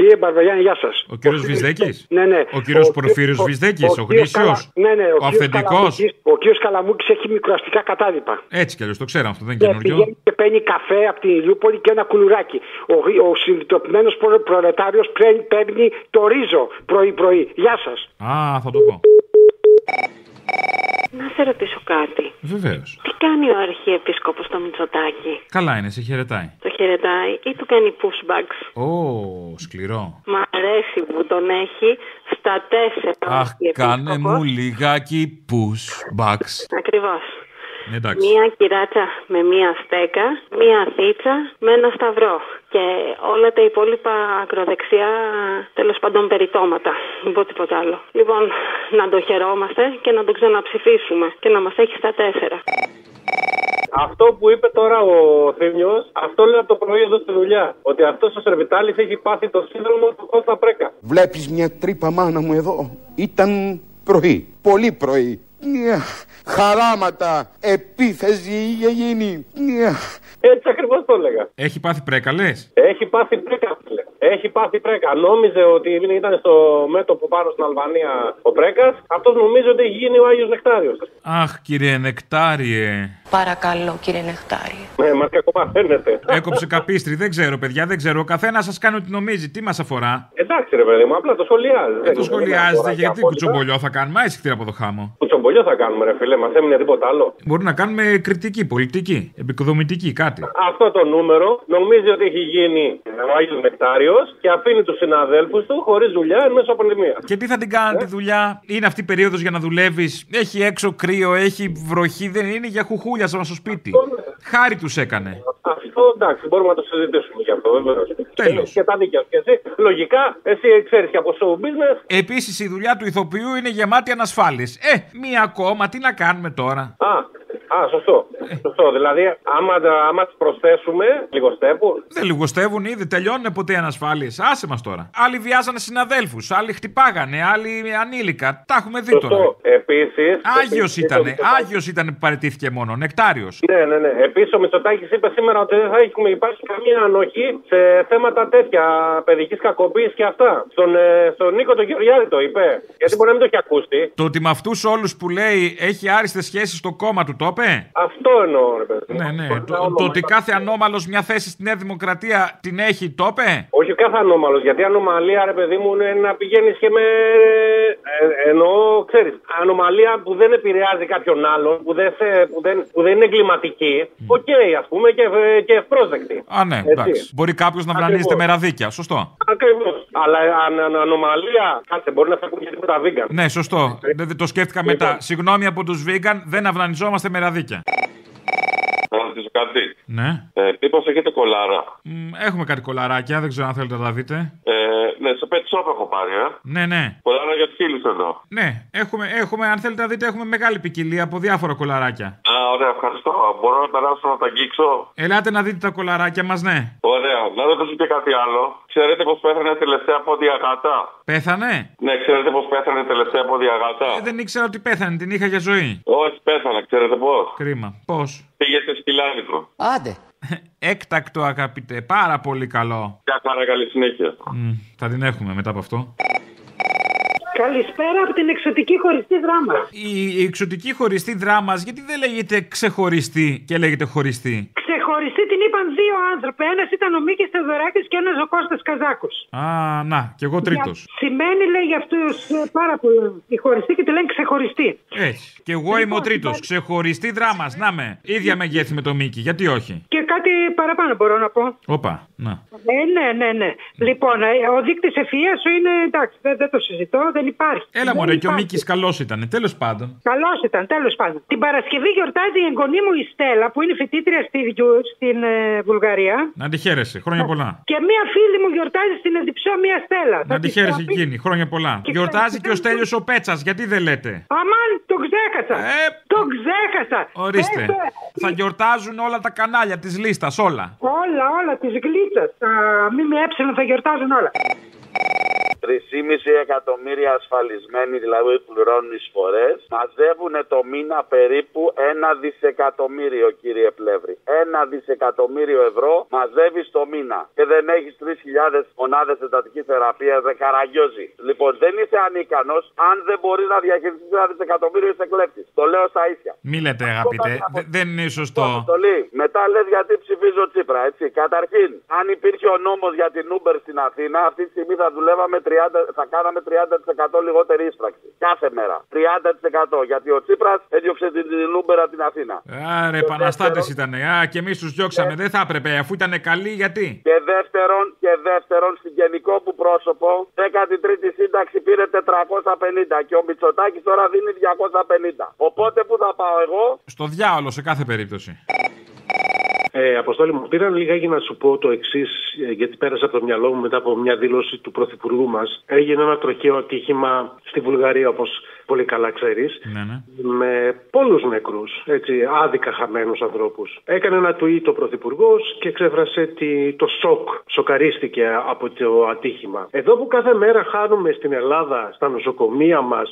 [SPEAKER 4] Κύριε Μπαρβαγιάννη, γεια σας.
[SPEAKER 2] Ο κύριος Βυσδέκης.
[SPEAKER 4] Ναι, ναι.
[SPEAKER 2] Ο κύριος
[SPEAKER 4] κύριος-
[SPEAKER 2] Πορφύριος Βυσδέκης, ο
[SPEAKER 4] κύριος
[SPEAKER 2] γνήσιος,
[SPEAKER 4] Καλα- Ναι, ναι, ο,
[SPEAKER 2] ο
[SPEAKER 4] κύριος
[SPEAKER 2] αυθεντικός.
[SPEAKER 4] Καλαμούκης- Ο κύριος Καλαμούκης έχει μικροαστικά κατάλοιπα.
[SPEAKER 2] Έτσι κι αλλιώς το ξέραμε αυτό, δεν είναι
[SPEAKER 4] Και
[SPEAKER 2] καινούριο.
[SPEAKER 4] πηγαίνει και παίρνει καφέ από την Ηλιούπολη και ένα κουλουράκι. Ο, γρη- ο συνειδητοποιημένος προλετάριο παίρνει, παίρνει το ρίζο πρωί-πρωί. Γεια σας.
[SPEAKER 2] Α, θα το πω.
[SPEAKER 35] Να σε ρωτήσω κάτι.
[SPEAKER 2] Βεβαίως.
[SPEAKER 35] Τι κάνει ο Αρχιεπίσκοπος στο Μητσοτάκι.
[SPEAKER 2] Καλά είναι, σε χαιρετάει.
[SPEAKER 35] Το χαιρετάει ή του κάνει pushbacks.
[SPEAKER 2] Ω, σκληρό.
[SPEAKER 35] Μ' αρέσει που τον έχει στα τέσσερα.
[SPEAKER 2] Αχ, κάνε μου λιγάκι push backs.
[SPEAKER 35] Ακριβώς.
[SPEAKER 2] Ναι, εντάξει.
[SPEAKER 35] Μία κυράτσα με μία στέκα, μία θίτσα με ένα σταυρό. Και όλα τα υπόλοιπα ακροδεξιά, τέλος πάντων περιτώματα. Δεν πω τίποτα άλλο. Λοιπόν, να το χαιρόμαστε και να τον ξαναψηφίσουμε και να μας έχει στα τέσσερα.
[SPEAKER 15] Αυτό που είπε τώρα ο Θήμιος, αυτό λέει από το πρωί εδώ στη δουλειά. Ότι αυτός ο Σερβιτάλης έχει πάθει το σύνδρομο του Κώστα Πρέκα.
[SPEAKER 18] Βλέπεις μια τρύπα μάνα μου εδώ. Ήταν πρωί, πολύ πρωί. Μια χαράματα, επίθεση είχε γίνει. Μια...
[SPEAKER 15] Έτσι ακριβώς το έλεγα.
[SPEAKER 2] Έχει πάθει πρέκαλε.
[SPEAKER 15] Έχει πάθει πρέκα, φίλε. Έχει πάθει πρέκα. Νόμιζε ότι ήταν στο μέτωπο πάνω στην Αλβανία ο Πρέκας. Αυτός νομίζει ότι έχει γίνει ο Άγιος Νεκτάριος.
[SPEAKER 2] Αχ, κύριε Νεκτάριε.
[SPEAKER 8] Παρακαλώ, κύριε Νεκτάρη.
[SPEAKER 15] Ναι, μα κακομαθαίνεται.
[SPEAKER 2] Έκοψε καπίστρι, δεν ξέρω, παιδιά, δεν ξέρω. Ο καθένας σας κάνει ό,τι νομίζει. Τι μας αφορά.
[SPEAKER 15] Εντάξει, ρε παιδί μου, απλά το σχολιάζει.
[SPEAKER 2] Ε, το σχολιάζετε γιατί κουτσομπολιό θα κάνουμε. Άισε χτύρα από το χάμο.
[SPEAKER 15] Κουτσομπολιό θα κάνουμε, ρε φίλε, μας έμεινε τίποτα άλλο.
[SPEAKER 2] Μπορεί να κάνουμε κριτική, πολιτική, επικοδομητική, κάτι.
[SPEAKER 15] Αυτό το νούμερο νομίζει ότι έχει γίνει ο Άγιος Νεκτάριος και αφήνει τους συναδέλφους του χωρίς δουλειά εν μέσω πανδημίας.
[SPEAKER 2] Και τι θα την κάνετε τη δουλειά, είναι αυτή η περίοδος για να δουλεύεις. Έχει έξω κρύο, έχει βροχή, δεν είναι για χουχούλια σαν στο σπίτι. Χάρη τους έκανε.
[SPEAKER 15] Ε, Αυτό εντάξει, μπορούμε να το συζητήσουμε γι' αυτό, βεβαίω.
[SPEAKER 2] Τέλος.
[SPEAKER 15] Και τα δίκαια σου. Και εσύ, λογικά, εσύ ξέρεις και από show business.
[SPEAKER 2] Επίσης η δουλειά του ηθοποιού είναι γεμάτη ανασφάλειες. Ε, μία ακόμα, τι να κάνουμε τώρα.
[SPEAKER 15] Α, α σωστό.
[SPEAKER 2] Ε.
[SPEAKER 15] σωστό. Δηλαδή, άμα, τα- άμα τις προσθέσουμε λίγο στέπου.
[SPEAKER 2] Δεν λιγοστεύουν ήδη, τελειώνουν ποτέ οι ανασφάλειες. Άσε μας τώρα. Άλλοι βιάζανε συναδέλφους, άλλοι χτυπάγανε, άλλοι ανήλικα. Τα έχουμε δει τώρα.
[SPEAKER 15] Σωστό. Επίση.
[SPEAKER 2] Άγιο ήταν, Άγιο ήταν που παραιτήθηκε μόνο, Νεκτάριος.
[SPEAKER 15] Ναι, ναι, ναι. Επίσης, ο Μητσοτάκης είπε σήμερα ότι δεν θα έχουμε υπάρξει καμία ανοχή σε θέματα τέτοια παιδικής κακοποίησης και αυτά. Στον, ε, στον Νίκο τον Γεωργιάδη το είπε. Γιατί μπορεί να μην το έχει ακούσει.
[SPEAKER 2] Το ότι με αυτούς όλους που λέει έχει άριστες σχέσεις στο κόμμα του, το είπε.
[SPEAKER 15] Αυτό εννοώ, ρε παιδί. μου.
[SPEAKER 2] Ναι, ναι.
[SPEAKER 15] Χωρίς τα
[SPEAKER 2] Το,
[SPEAKER 15] όνομα.
[SPEAKER 2] το ότι κάθε ανώμαλος μια θέση στη Νέα Δημοκρατία την έχει, το είπε.
[SPEAKER 15] Όχι κάθε ανώμαλος, γιατί ανομαλία, ρε παιδί μου, είναι να πηγαίνεις και με. Ε, εννοώ, ξέρεις, ανομαλία που δεν επηρεάζει κάποιον άλλον, που δεν, σε, που δεν, που δεν είναι εγκληματική. Οκ, ας α πούμε, και, και ευπρόσδεκτη.
[SPEAKER 2] Α, ναι,
[SPEAKER 15] Έτσι.
[SPEAKER 2] εντάξει. Μπορεί κάποιος να βρανίζεται
[SPEAKER 15] Ακριβώς.
[SPEAKER 2] με ραδίκια. Σωστό.
[SPEAKER 15] Ακριβώς. Αλλά αν, αν- ανομαλία, κάτσε, μπορεί να σε ακούνε και τίποτα vegan.
[SPEAKER 2] Ναι, σωστό. Δεν δεν το σκέφτηκα μετά. Συγγνώμη από τους vegan, δεν αυνανιζόμαστε με ραδίκια.
[SPEAKER 4] Να ρωτήσω κάτι.
[SPEAKER 2] Ναι.
[SPEAKER 4] Ε, Μήπως έχετε κολάρα.
[SPEAKER 2] Μ, Έχουμε κάτι κολαράκια, δεν ξέρω αν θέλετε να τα δείτε.
[SPEAKER 4] Ε, ναι, σε pet
[SPEAKER 32] στόπ έχω πάρει, ε.
[SPEAKER 2] Ναι, ναι.
[SPEAKER 32] Κολλάω για σκύλους εδώ.
[SPEAKER 2] Ναι, έχουμε, έχουμε, αν θέλετε να δείτε, έχουμε μεγάλη ποικιλία από διάφορα κολαράκια.
[SPEAKER 32] Α, ωραία, ευχαριστώ. Μπορώ να περάσω να τα αγγίξω.
[SPEAKER 2] Ελάτε να δείτε τα κολαράκια μας, ναι.
[SPEAKER 32] Ωραία, να ρωτήσω και κάτι άλλο. Ξέρετε πώ πέθανε τελευταία πόδια γάτα.
[SPEAKER 2] Πέθανε.
[SPEAKER 32] Ναι, ξέρετε πώ πέθανε τελευταία πόδια
[SPEAKER 2] Ε,
[SPEAKER 32] γάτα.
[SPEAKER 2] δεν ήξερα ότι πέθανε, την είχα για ζωή.
[SPEAKER 32] Όχι, πέθανε, ξέρετε πώ.
[SPEAKER 2] Κρίμα. Πώς.
[SPEAKER 32] Πήγε σε σκυλάδικο.
[SPEAKER 2] Άντε. Έκτακτο, αγαπητέ. Πάρα πολύ καλό.
[SPEAKER 32] Μια χαρά, καλή συνέχεια.
[SPEAKER 2] Μμ, θα την έχουμε μετά από αυτό.
[SPEAKER 29] Καλησπέρα από την εξωτική χωριστή δράμα.
[SPEAKER 2] Η, η εξωτική χωριστή δράμας, γιατί δεν λέγεται ξεχωριστή και λέγεται χωριστή.
[SPEAKER 29] Ξεχωριστή την είπαν δύο άνθρωποι. Ένας ήταν ο Μίκης Θεοδωράκης και ένας ο Κώστας Καζάκος.
[SPEAKER 2] Α, να, κι εγώ τρίτος.
[SPEAKER 29] Σημαίνει, λέει, για αυτούς πάρα πολύ. Η χωριστή και τη λένε ξεχωριστή.
[SPEAKER 2] Έτσι. Κι εγώ
[SPEAKER 29] Λοιπόν,
[SPEAKER 2] είμαι ο τρίτο. Ξεχωριστή δράμας. Να με. ίδια μεγέθη με το Μίκη. Γιατί όχι.
[SPEAKER 29] Και κάτι παραπάνω μπορώ να πω.
[SPEAKER 2] Όπα, να.
[SPEAKER 29] Ε, ναι, ναι, ναι. Λοιπόν, ε, ο δείκτης ευφυία σου είναι εντάξει, δεν, δεν το συζητώ, δεν υπάρχει.
[SPEAKER 2] Έλα μωρέ, και ο Μίκης καλός ήταν. Τέλος πάντων.
[SPEAKER 29] Καλός ήταν, τέλος πάντων. Την Παρασκευή γιορτάζει η εγγονή μου η Στέλλα, που είναι φοιτήτρια στη Γιου, στην ε, Βουλγαρία.
[SPEAKER 2] Να τη χαίρεσαι.
[SPEAKER 29] Ναι.
[SPEAKER 2] Χρόνια πολλά.
[SPEAKER 29] Και μία φίλη μου γιορτάζει στην Εδιψό μία Στέλλα.
[SPEAKER 2] Να
[SPEAKER 29] Θα
[SPEAKER 2] τη
[SPEAKER 29] της
[SPEAKER 2] χαίρεσαι
[SPEAKER 29] πω-
[SPEAKER 2] και εκείνη. Χρόνια πολλά. Γιορτάζει και ο Στέλιος ο Πέτσας. Γιατί δεν λέτε.
[SPEAKER 29] Αμάν, το ξέχασα. Το ξέχασα.
[SPEAKER 2] Ε, Ορίστε.
[SPEAKER 29] Πες, ε,
[SPEAKER 2] Θα γιορτάζουν όλα τα κανάλια της λίστα. Όλα.
[SPEAKER 29] Όλα, όλα, τη γλίτσα. Τα ΜΜΕ θα γιορτάζουν όλα.
[SPEAKER 18] 3,5 εκατομμύρια ασφαλισμένοι δηλαδή πληρώνουν εισφορές. Μαζεύουν το μήνα περίπου ένα δισεκατομμύριο, κύριε Πλεύρη. Ένα δισεκατομμύριο ευρώ μαζεύεις το μήνα. Και δεν έχεις 3.000 μονάδες εντατικής θεραπείας, δεν καραγκιόζει. Λοιπόν, δεν είσαι ανίκανος αν δεν μπορείς να διαχειριστείς ένα δισεκατομμύριο είσαι κλέφτης. Το λέω στα ίσια.
[SPEAKER 2] Μη λέτε, αγαπητέ. Δε- Δεν είναι σωστό.
[SPEAKER 18] Αποστολή, μετά λες γιατί ψηφίζω Τσίπρα, έτσι. Καταρχήν, αν υπήρχε ο νόμος για την Uber στην Αθήνα, αυτή τη στιγμή θα δουλεύαμε 30, θα κάναμε 30% λιγότερη ίσπραξη. Κάθε μέρα. 30% γιατί ο Τσίπρας έδιωξε την, την Uber από την Αθήνα.
[SPEAKER 2] Άρε, επαναστάτε ήταν. Α, και εμείς τους διώξαμε. Δεν θα έπρεπε, αφού ήταν καλοί, γιατί.
[SPEAKER 18] Και δεύτερον, και δεύτερον, συγγενικό που πρόσωπο, 13η σύνταξη πήρε 450 και ο Μητσοτάκης τώρα δίνει 250. Οπότε που θα πάω εγώ,
[SPEAKER 2] Στο διάολο σε κάθε περίπτωση.
[SPEAKER 5] Ε, Αποστόλη μου, πήραν λιγάκι να σου πω το εξής, γιατί πέρασε από το μυαλό μου μετά από μια δήλωση του Πρωθυπουργού μας. Έγινε ένα τροχαίο ατύχημα στη Βουλγαρία, όπως πολύ καλά ξέρεις,
[SPEAKER 2] Ναι, ναι.
[SPEAKER 5] με πολλούς νεκρούς, έτσι, άδικα χαμένους ανθρώπους. Έκανε ένα tweet ο Πρωθυπουργός και εξέφρασε τη, το σοκ. Σοκαρίστηκε από το ατύχημα. Εδώ που κάθε μέρα χάνουμε στην Ελλάδα, στα νοσοκομεία μας,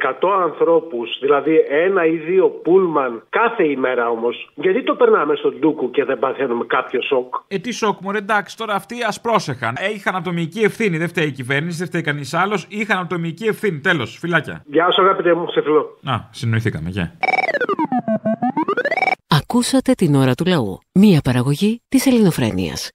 [SPEAKER 5] 50-100 ανθρώπου, δηλαδή ένα ή δύο πούλμαν κάθε ημέρα όμως, γιατί το περνάμε στον ντούκου και δεν παθαίνουμε κάποιο σοκ.
[SPEAKER 2] Ε, τι σοκ, μωρέ, εντάξει, τώρα αυτοί ας πρόσεχαν. Ε, Είχαν ατομική ευθύνη. Δεν φταίει η κυβέρνηση, δεν φταίει κανείς άλλος. Είχαν ατομική ευθύνη. Τέλος, φυλάκια.
[SPEAKER 5] Γεια σου, αγαπητέ μου, σε φιλώ.
[SPEAKER 2] Α, συνοηθήκαμε, γεια.
[SPEAKER 37] Ακούσατε την ώρα του λαού. Μία παραγωγή της ελληνοφρένειας.